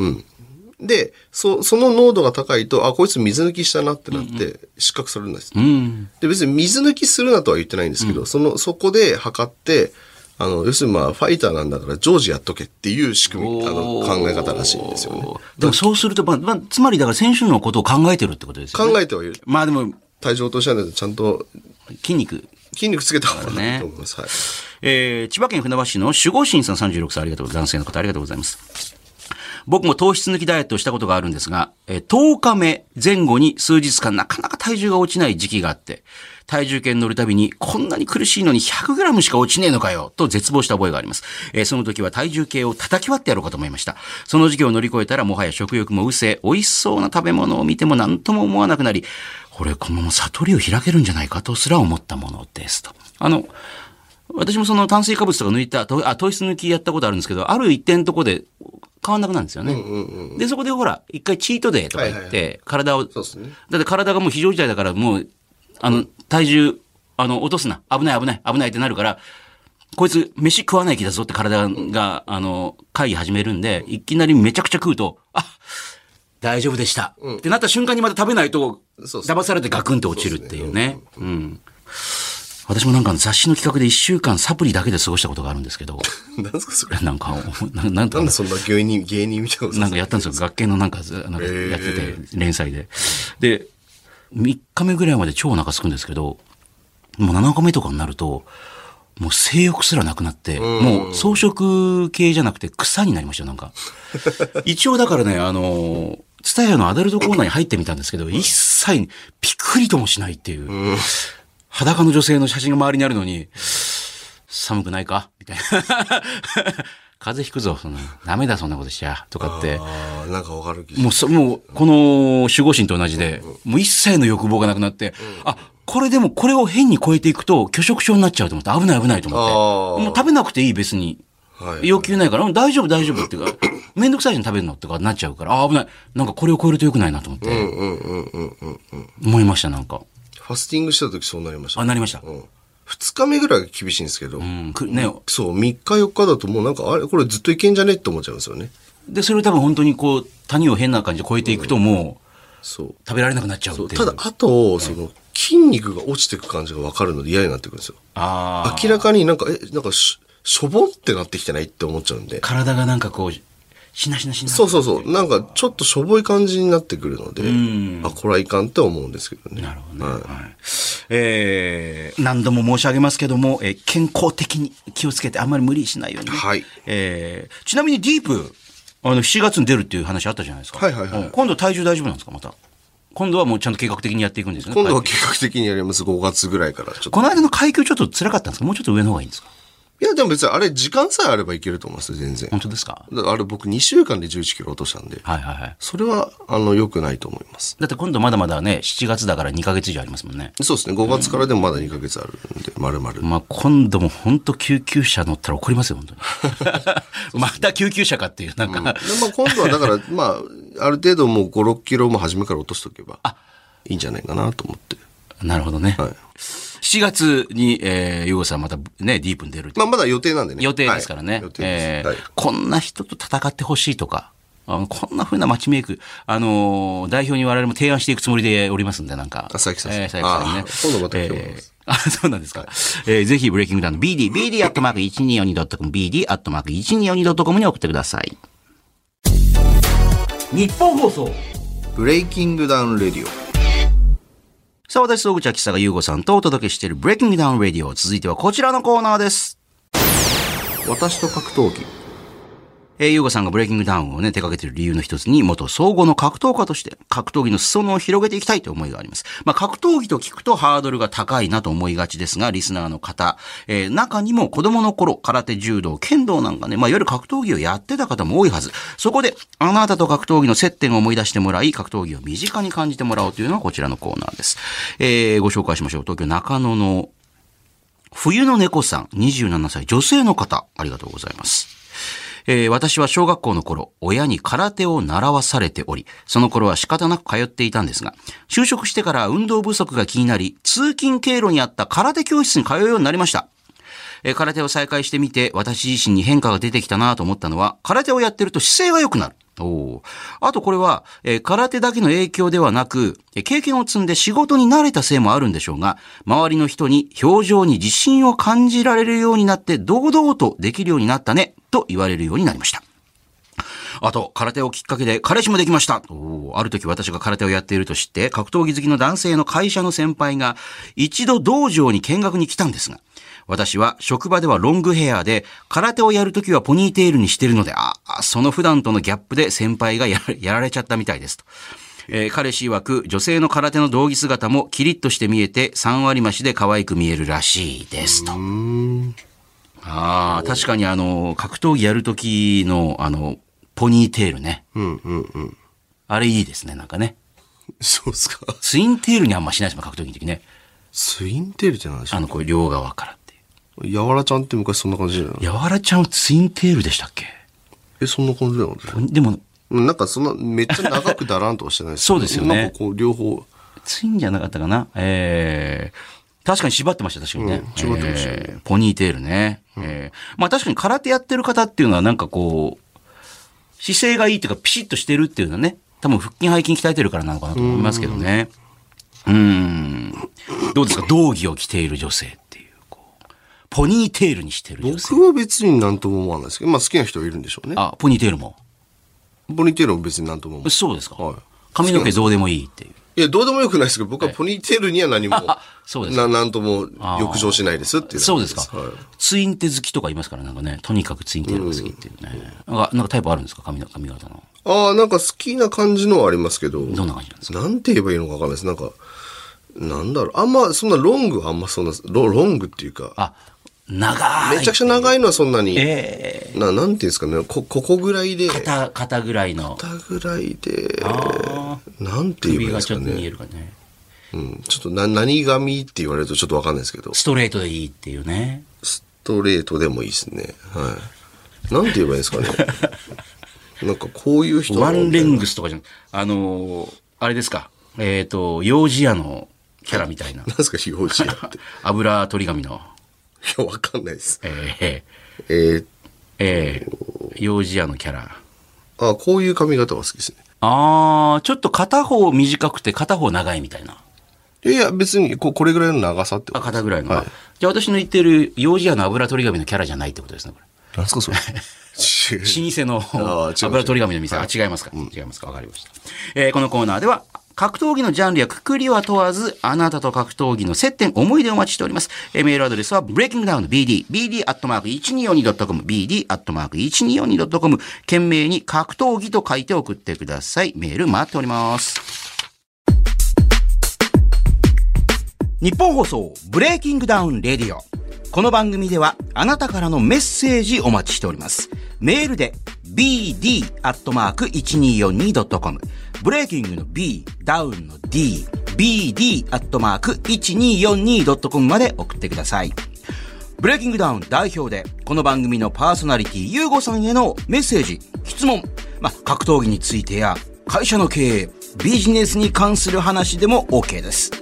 Speaker 2: でそその濃度が高いとあこいつ水抜きしたなってなって失格されるんです、
Speaker 3: うん。
Speaker 2: で別に水抜きするなとは言ってないんですけど、そのそこで測ってあの要するにまあファイターなんだから常時やっとけっていう仕組みあの考え方らしいんですよね
Speaker 3: でもそうすると、まあ、まあ、つまりだから選手のことを考えてるってことですよね。
Speaker 2: 考えてはいる
Speaker 3: まあでも、
Speaker 2: 体重落としないとちゃんと
Speaker 3: 筋肉。
Speaker 2: 筋肉つけた方がいいと思います、はい
Speaker 3: えー、千葉県船橋市の守護神さん36歳、ありがとうございます。男性の方、ありがとうございます。僕も糖質抜きダイエットをしたことがあるんですが、えー10日目前後に数日間なかなか体重が落ちない時期があって、体重計に乗るたびにこんなに苦しいのに 100g しか落ちねえのかよと絶望した覚えがあります。えーその時は体重計を叩き割ってやろうかと思いました。その時期を乗り越えたらもはや食欲もうせ、美味しそうな食べ物を見ても何とも思わなくなり、これこのまま悟りを開けるんじゃないかとすら思ったものですと。あの、私もその炭水化物とか抜いた、とあ糖質抜きやったことあるんですけど、ある一点のとこで変わんなくなるんですよね。で、そこでほら、一回チートデーとか言って、
Speaker 2: はいはい
Speaker 3: 体を、
Speaker 2: そうですね
Speaker 3: だって体がもう非常事態だから、もう、あの、体重、あの、落とすな。危ない危ない危ないってなるから、こいつ飯食わない気だぞって体が、あの、会議始めるんで、いきなりめちゃくちゃ食うと、あ大丈夫でした、ってなった瞬間にまた食べないと、
Speaker 2: そうそう
Speaker 3: 騙されてガクンと落ちるっていうね。うん。私もなんか雑誌の企画で1週間サプリだけで過ごしたことがあるんですけど、
Speaker 2: 何ですかそれ
Speaker 3: なんか、ななんと
Speaker 2: な
Speaker 3: か
Speaker 2: んでそんな芸人芸人みたいなこと
Speaker 3: なんかやったんですよ。学研のなんかず、なんかやってて、連載で。で、3日目ぐらいまで超お腹空くんですけど、もう7日目とかになると、もう性欲すらなくなって、もう草食系じゃなくて草になりましたよ、なん か。一応だからね、あの、ツタヤのアダルトコーナーに入ってみたんですけど、一切ピクリともしないっていう。裸の女性の写真が周りにあるのに、寒くないかみたいな。風邪ひくぞ、そんな。ダメだ、そんなことしちゃ。とかって。
Speaker 2: あーなんかわかる気が
Speaker 3: もうそ、もう、この守護神と同じで、もう一切の欲望がなくなって、あ、これでもこれを変に超えていくと、拒食症になっちゃうと思って、危ない危ないと思って。
Speaker 2: あー
Speaker 3: もう食べなくていい、別に。
Speaker 2: はい
Speaker 3: 要求ないから、うん大丈夫大丈夫っていう か、めんどくさいじゃん食べるのとかなっちゃうから、あー、危ない。なんかこれを超えると良くないなと思って、思いました、なんか。
Speaker 2: ファスティングした時そうなりました
Speaker 3: あ、なりました。
Speaker 2: うん、2日目ぐらいが厳しいんですけど、
Speaker 3: うん、くね、
Speaker 2: そう3日4日だともうなんかあれこれずっといけんじゃねって思っちゃうんですよね
Speaker 3: で、それを多分本当にこう、谷を変な感じで超えていくと、も
Speaker 2: そう
Speaker 3: う、食べられなくなっちゃうっていう。
Speaker 2: ただ、あと、その、筋肉が落ちてく感じが分かるので嫌になってくるんですよ。
Speaker 3: あー
Speaker 2: 明らかになんか、え、なんかし、しょぼってなってきてないって思っちゃうんで。
Speaker 3: 体がなんかこう、しなしなしな。
Speaker 2: そうそうそう。なんか、ちょっとしょぼい感じになってくるので、あ、これはいかんって思うんですけどね。なるほどね。
Speaker 3: はいえー何度も申し上げますけども、えー健康的に気をつけてあんまり無理しないようにね、
Speaker 2: はい
Speaker 3: えーちなみにディープあの7月に出るっていう話あったじゃないですか、
Speaker 2: はいはいはい
Speaker 3: うん今度体重大丈夫なんですかまた今度はもうちゃんと計画的にやっていくんですよね
Speaker 2: 今度は
Speaker 3: 階
Speaker 2: 計画的にやります。5月ぐらいから。ちょっ。
Speaker 3: 級ことの間の階級ちょっと辛かったんですかもうちょっと上の方がいいんですか
Speaker 2: いや、でも別にあれ、時間さえあればいけると思いますよ、全然。
Speaker 3: 本当ですか
Speaker 2: だからあれ、僕2週間で11キロ落としたんで、
Speaker 3: はいはいはい
Speaker 2: それは、あの、良くないと思います。
Speaker 3: だって今度まだまだね7月だから2ヶ月以上ありますもんね
Speaker 2: そうですね。5月からでもまだ2ヶ月あるんで、丸々。
Speaker 3: まあ今度も本当救急車乗ったら怒りますよ本 当に また救急車かっていうなんか、
Speaker 2: でまあ、今度はだ から、まあ、ある程度もう5、6キロも初めから落としとけば、いいんじゃないかなと思って。
Speaker 3: なるほどね、
Speaker 2: はい。
Speaker 3: 7月に、えー、ゆうごさんまたね、ディープに出るって、
Speaker 2: まあ、まだ予定なんでね。
Speaker 3: 予定ですからね。
Speaker 2: はい予定です。
Speaker 3: えー
Speaker 2: はい
Speaker 3: こんな人と戦ってほしいとか、あのこんな風なマッチメイク、あのー代表に我々も提案していくつもりでおりますんで、なんか。
Speaker 2: あ佐伯さん
Speaker 3: えー佐伯さんにね
Speaker 2: あ。今度また来てもらいます
Speaker 3: えーあ、そうなんですか。えーぜひ、ブレイキングダウンの BD、BD アットマーク 1242.com、BD アットマーク 1242.com に送ってください。
Speaker 1: 日本放送
Speaker 4: ブレイキングダウンレディオ
Speaker 3: さあ、私、総口秋佐が優吾さんとお届けしているブレイキングダウンレディオ。続いてはこちらのコーナーです。
Speaker 4: 私と格闘技
Speaker 3: えー、ゆうごさんがブレイキングダウンをね、手掛けている理由の一つに、元総合の格闘家として、格闘技の裾野を広げていきたいという思いがあります。まあ、格闘技と聞くとハードルが高いなと思いがちですが、リスナーの方、えー中にも子供の頃、空手、柔道、剣道なんかね、まあ、いわゆる格闘技をやってた方も多いはず。そこで、あなたと格闘技の接点を思い出してもらい、格闘技を身近に感じてもらおうというのがこちらのコーナーです。えーご紹介しましょう。東京中野の冬の猫さん、27歳、女性の方、ありがとうございます。えー私は小学校の頃、親に空手を習わされており、その頃は仕方なく通っていたんですが、就職してから運動不足が気になり、通勤経路にあった空手教室に通うようになりました。えー空手を再開してみて、私自身に変化が出てきたなと思ったのは、空手をやってると姿勢が良くなる。おーあとこれは、えー空手だけの影響ではなく、えー経験を積んで仕事に慣れたせいもあるんでしょうが、周りの人に表情に自信を感じられるようになって、堂々とできるようになったね、と言われるようになりました。あと、空手をきっかけで彼氏もできました。おーある時私が空手をやっていると知って、格闘技好きの男性の会社の先輩が一度道場に見学に来たんですが、私は職場ではロングヘアで、空手をやるときはポニーテールにしてるので、ああ、その普段とのギャップで先輩がやらやられちゃったみたいですと。えー彼氏曰く女性の空手の道着姿もキリッとして見えて3割増しで可愛く見えるらしいですと。ああ、確かにあの、格闘技やるときの、あの、ポニーテールね。
Speaker 2: うんうんうん。
Speaker 3: あれいいですね、なんかね。
Speaker 2: そうっすか。
Speaker 3: ツインテールにあんましないですもん、格闘技の時ね。
Speaker 2: ツインテールって何でしょ
Speaker 3: あの、こう、両側からっていう。
Speaker 2: やわらちゃんって昔そんな感じじゃないう
Speaker 3: やわらちゃんはツインテールでしたっけ
Speaker 2: え、そんな感じだよね。
Speaker 3: でも、
Speaker 2: うんなんかそんな、めっちゃ長くだらんとはしてないです
Speaker 3: そうですよね
Speaker 2: なんかこう、両方。
Speaker 3: ツインじゃなかったかなえー、確かに縛ってました、確かにね。
Speaker 2: うん縛ってましたよ
Speaker 3: えーポニーテールね。えーまあ確かに空手やってる方っていうのはなんかこう、姿勢がいいっていうかピシッとしてるっていうのはね、多分腹筋背筋鍛えてるからなのかなと思いますけどね。うん。どうですか道着を着ている女性っていう、こう、ポニーテールにしてる女性。
Speaker 2: 僕は別になんとも思わないですけど、まあ好きな人はいるんでしょうね。
Speaker 3: あ、ポニーテールも。
Speaker 2: ポニーテールも別になんとも思わない。
Speaker 3: そうですか、
Speaker 2: はい
Speaker 3: 髪の毛どうでもいいっていう。
Speaker 2: いや、どうでもよくないですけど、僕はポニーテールには何も、
Speaker 3: そうです
Speaker 2: ななんとも欲情しないですっていう。
Speaker 3: そうですか、
Speaker 2: はい
Speaker 3: ツインテ好きとかいますから、なんかね、とにかくツインテールが好きっていうね。なんか、なんかタイプあるんですか髪の髪型の。
Speaker 2: ああ、なんか好きな感じのはありますけど。
Speaker 3: どんな感じなんですか
Speaker 2: なんて言えばいいのかわかんないです。なんか、なんだろう。あんま、そんなロングはあんまそんな、ロロングっていうか、
Speaker 3: あ、長い。
Speaker 2: めちゃくちゃ長いのはそんなに、
Speaker 3: え
Speaker 2: ななんていうんですかね、こ、ここぐらいで、
Speaker 3: え
Speaker 2: 肩
Speaker 3: 肩、肩ぐらいの。
Speaker 2: ぐらいで、
Speaker 3: あー
Speaker 2: なんて言えばいいん
Speaker 3: 首
Speaker 2: で
Speaker 3: が
Speaker 2: す
Speaker 3: ち
Speaker 2: か
Speaker 3: ょっと見え
Speaker 2: ね。
Speaker 3: るかね。
Speaker 2: うん、ちょっとな、何髪って言われるとちょっとわかんないですけど、
Speaker 3: ストレートでいいっていうね。
Speaker 2: ストレートでもいいですね。はい。なんて言えばいいんですか ね。なんかこういう人
Speaker 3: ワンレ
Speaker 2: ン
Speaker 3: ングスとかじゃん。あのーあれですか。えっ、と、幼児屋のキャラみたいな
Speaker 2: な。んですか、非表示やって。い
Speaker 3: 油取り紙
Speaker 2: や、
Speaker 3: の。
Speaker 2: わかんないです。
Speaker 3: ええ
Speaker 2: えー、
Speaker 3: ええ幼児屋のキャラ。
Speaker 2: あこういう髪型は好きですね。
Speaker 3: ああ、ちょっと片方短くて片方長いみたいな。
Speaker 2: いやいや、別にこ、これぐらいの長さってこ
Speaker 3: あ、
Speaker 2: と。
Speaker 3: 片ぐらいの。
Speaker 2: はい
Speaker 3: じゃあ私の言ってる幼児屋の油取り紙のキャラじゃないってことですね、これ。
Speaker 2: なんすかそ れ。違う
Speaker 5: 老舗の
Speaker 2: あー違う
Speaker 5: 油取り紙の店。あ、違いますか。違いますか。わかりました。えーこのコーナーでは、格闘技のジャンルやくくりは問わず、あなたと格闘技の接点、思い出をお待ちしております。えーメールアドレスは、breakingdownbd、bd.1242.com、bd.1242.com、懸命に格闘技と書いて送ってください。メール待っております。
Speaker 3: 日本放送ブレイキングダウンレディオこの番組ではあなたからのメッセージお待ちしておりますメールで bd.1242.com ブレイキングの B ダウンの D bd.1242.com まで送ってくださいブレイキングダウン代表で、この番組のパーソナリティ、ゆうごさんへのメッセージ、質問、まあ、格闘技についてや、会社の経営、ビジネスに関する話でも OK です。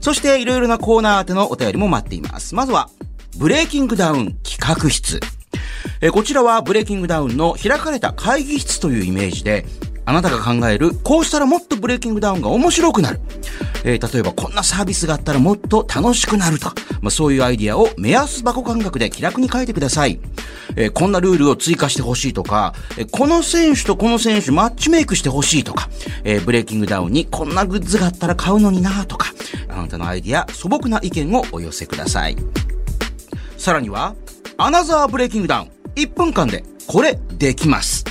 Speaker 3: そして、いろいろなコーナー宛てのお便りも待っています。まずは、ブレイキングダウン企画室。えーこちらはブレイキングダウンの開かれた会議室というイメージで、あなたが考える、こうしたらもっとブレイキングダウンが面白くなる。えー例えばこんなサービスがあったらもっと楽しくなるとか、まあ、そういうアイディアを目安箱感覚で気楽に書いてください。えーこんなルールを追加してほしいとか、えーこの選手とこの選手マッチメイクしてほしいとか、えーブレイキングダウンにこんなグッズがあったら買うのになとか、あなたのアイディア、素朴な意見をお寄せください。さらには、アナザーブレイキングダウン。1分間で、これ、できます。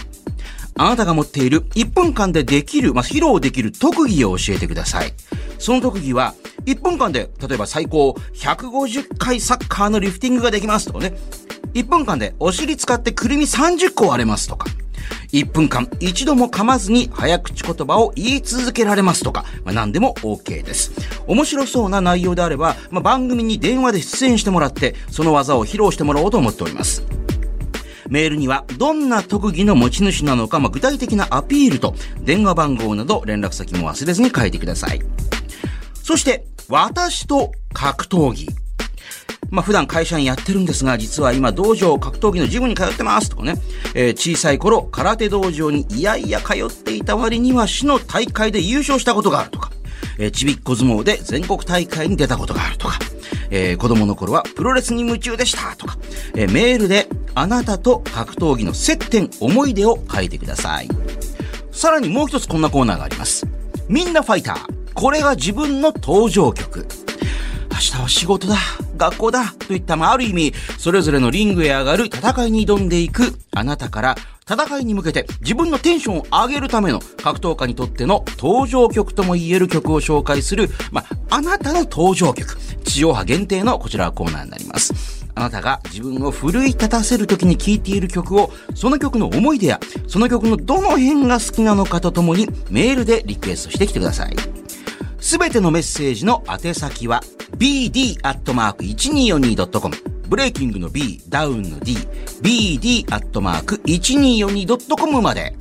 Speaker 3: あなたが持っている1分間でできる、まあ、披露できる特技を教えてください。その特技は、1分間で、例えば最高150回サッカーのリフティングができますとかね。1分間でお尻使ってくるみ30個割れますとか。1分間一度も噛まずに早口言葉を言い続けられますとか、まあ、何でも OK です。面白そうな内容であれば、まあ、番組に電話で出演してもらって、その技を披露してもらおうと思っております。メールには、どんな特技の持ち主なのか、まあ、具体的なアピールと、電話番号など連絡先も忘れずに書いてください。そして、私と格闘技。まあ、普段会社員やってるんですが、実は今、道場格闘技のジムに通ってますとかね、えー小さい頃、空手道場にいやいや通っていた割には市の大会で優勝したことがあるとか、えーちびっこ相撲で全国大会に出たことがあるとか、えー子供の頃はプロレスに夢中でしたとか、えーメールであなたと格闘技の接点、思い出を書いてください。さらにもう一つこんなコーナーがあります。みんなファイター。これが自分の登場曲。明日は仕事だ、学校だ、といった、まあ、ある意味、それぞれのリングへ上がる戦いに挑んでいく、あなたから、戦いに向けて自分のテンションを上げるための格闘家にとっての登場曲とも言える曲を紹介する、まあ、あなたの登場曲。地上波限定のこちらはコーナーになります。あなたが自分を奮い立たせる時に聴いている曲を、その曲の思い出や、その曲のどの辺が好きなのかとともに、メールでリクエストしてきてください。すべてのメッセージの宛先は bd.1242.com ブレイキングの B、ダウンの D、bd.1242.com まで。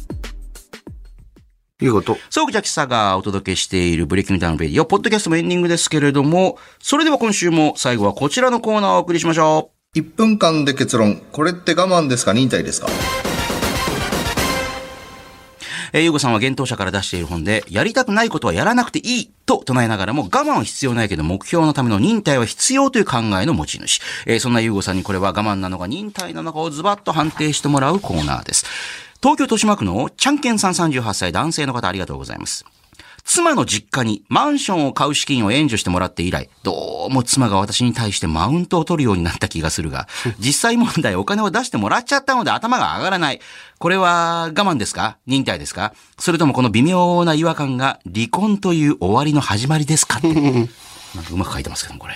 Speaker 2: いうこと。
Speaker 5: そう、じゃきさがお届けしているブレイキングダウンレディオ、ポッドキャストもエンディングですけれども、それでは今週も最後はこちらのコーナーをお送りしましょ
Speaker 6: 1分間で結論。これって我慢ですか忍耐ですか
Speaker 5: う。えー、ゆうごさんは幻冬者から出している本で、やりたくないことはやらなくていいと唱えながらも我慢は必要ないけど目標のための忍耐は必要という考えの持ち主。えーそんなゆうごさんにこれは我慢なのか忍耐なのかをズバッと判定してもらうコーナーです。東京豊島区のちゃんけんさん38歳男性の方ありがとうございます。妻の実家にマンションを買う資金を援助してもらって以来、どうも妻が私に対してマウントを取るようになった気がする が、実際問題お金を出してもらっちゃったので頭が上がらない。これは我慢ですか忍耐ですかそれともこの微妙な違和感が離婚という終わりの始まりですか って。なんかうまく書いてますけども、これ。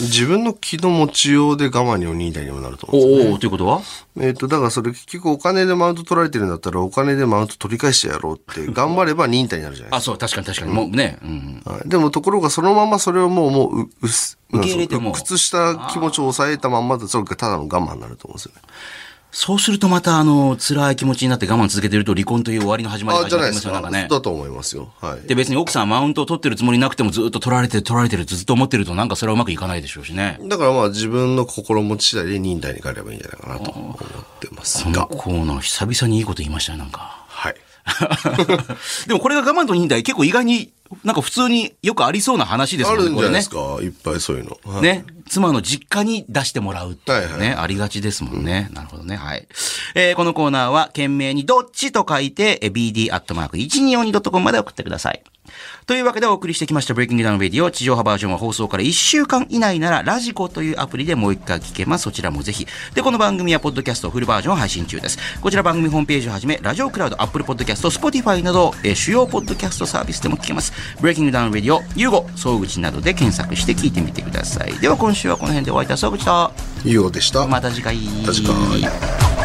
Speaker 2: 自分の気の持ちようで我慢に鬼ににもなると思うんですよ
Speaker 5: おおということは
Speaker 2: えっ、と、だからそれ結局お金でマウント取られてるんだったらお金でマウント取り返してやろうって頑張れば忍耐になるじゃないですか
Speaker 5: あ、そう、確かに確かに。もうね。うん。
Speaker 2: はい、でもところがそのままそれをもう、もう、う、うす、
Speaker 5: 受け入れても
Speaker 2: なんかそううっ屈した気持ちを抑えたまんまだと、それがただの我慢になると思うんですよね。
Speaker 5: そうするとまた、あの、辛い気持ちになって我慢続けてると離婚という終わりの始まりが
Speaker 2: あ、じ
Speaker 5: 始ま
Speaker 2: ゃな
Speaker 5: りま
Speaker 2: いです
Speaker 5: す
Speaker 2: か。
Speaker 5: よ、なんかね。
Speaker 2: だと思いますよ。はい。
Speaker 5: で別に奥さんはマウントを取ってるつもりなくてもずっと取られてる取られてるずっと思ってるとなんかそれはうまくいかないでしょうしね。
Speaker 2: だからまあ自分の心持ち次第で忍耐に変えればいいんじゃないかなと思ってます
Speaker 5: この
Speaker 2: が。
Speaker 5: コーナー久 々にいいこと言いましたねなんか。
Speaker 2: はい。
Speaker 5: でもこれが我慢と忍耐結構意外に
Speaker 3: なんか普通によくありそうな話です
Speaker 2: あ
Speaker 3: もんね、
Speaker 2: るんじゃないです
Speaker 3: こ
Speaker 2: か、いっぱいそういうの。は
Speaker 3: れ
Speaker 2: い
Speaker 3: ね。ね。妻の実家に出してもらうっていうね、
Speaker 2: はいはい
Speaker 3: ありがちですもんね。なるほどね。はい。えーこのコーナーは、懸命にどっちと書いて、bd.1242.com まで送ってください。というわけでお送りしてきました、ブレイキングダウンレディオ。地上波バージョンは放送から1週間以内なら、ラジコというアプリでもう一回聞けます。そちらもぜひ。で、この番組は、ポッドキャストフルバージョンを配信中です。こちら番組ホームページをはじめ、ラジオクラウド、アップルポッドキャスト、スポティファイなど、えー主要ポッドキャストサービスでも聞けます。ブレイキングダウンレディオ、ユーゴ、総口などで検索して聞いてみてください。では、今週はこの辺でお会いいたい総口と、
Speaker 2: ゆうごでした。
Speaker 3: また次回。
Speaker 2: また次回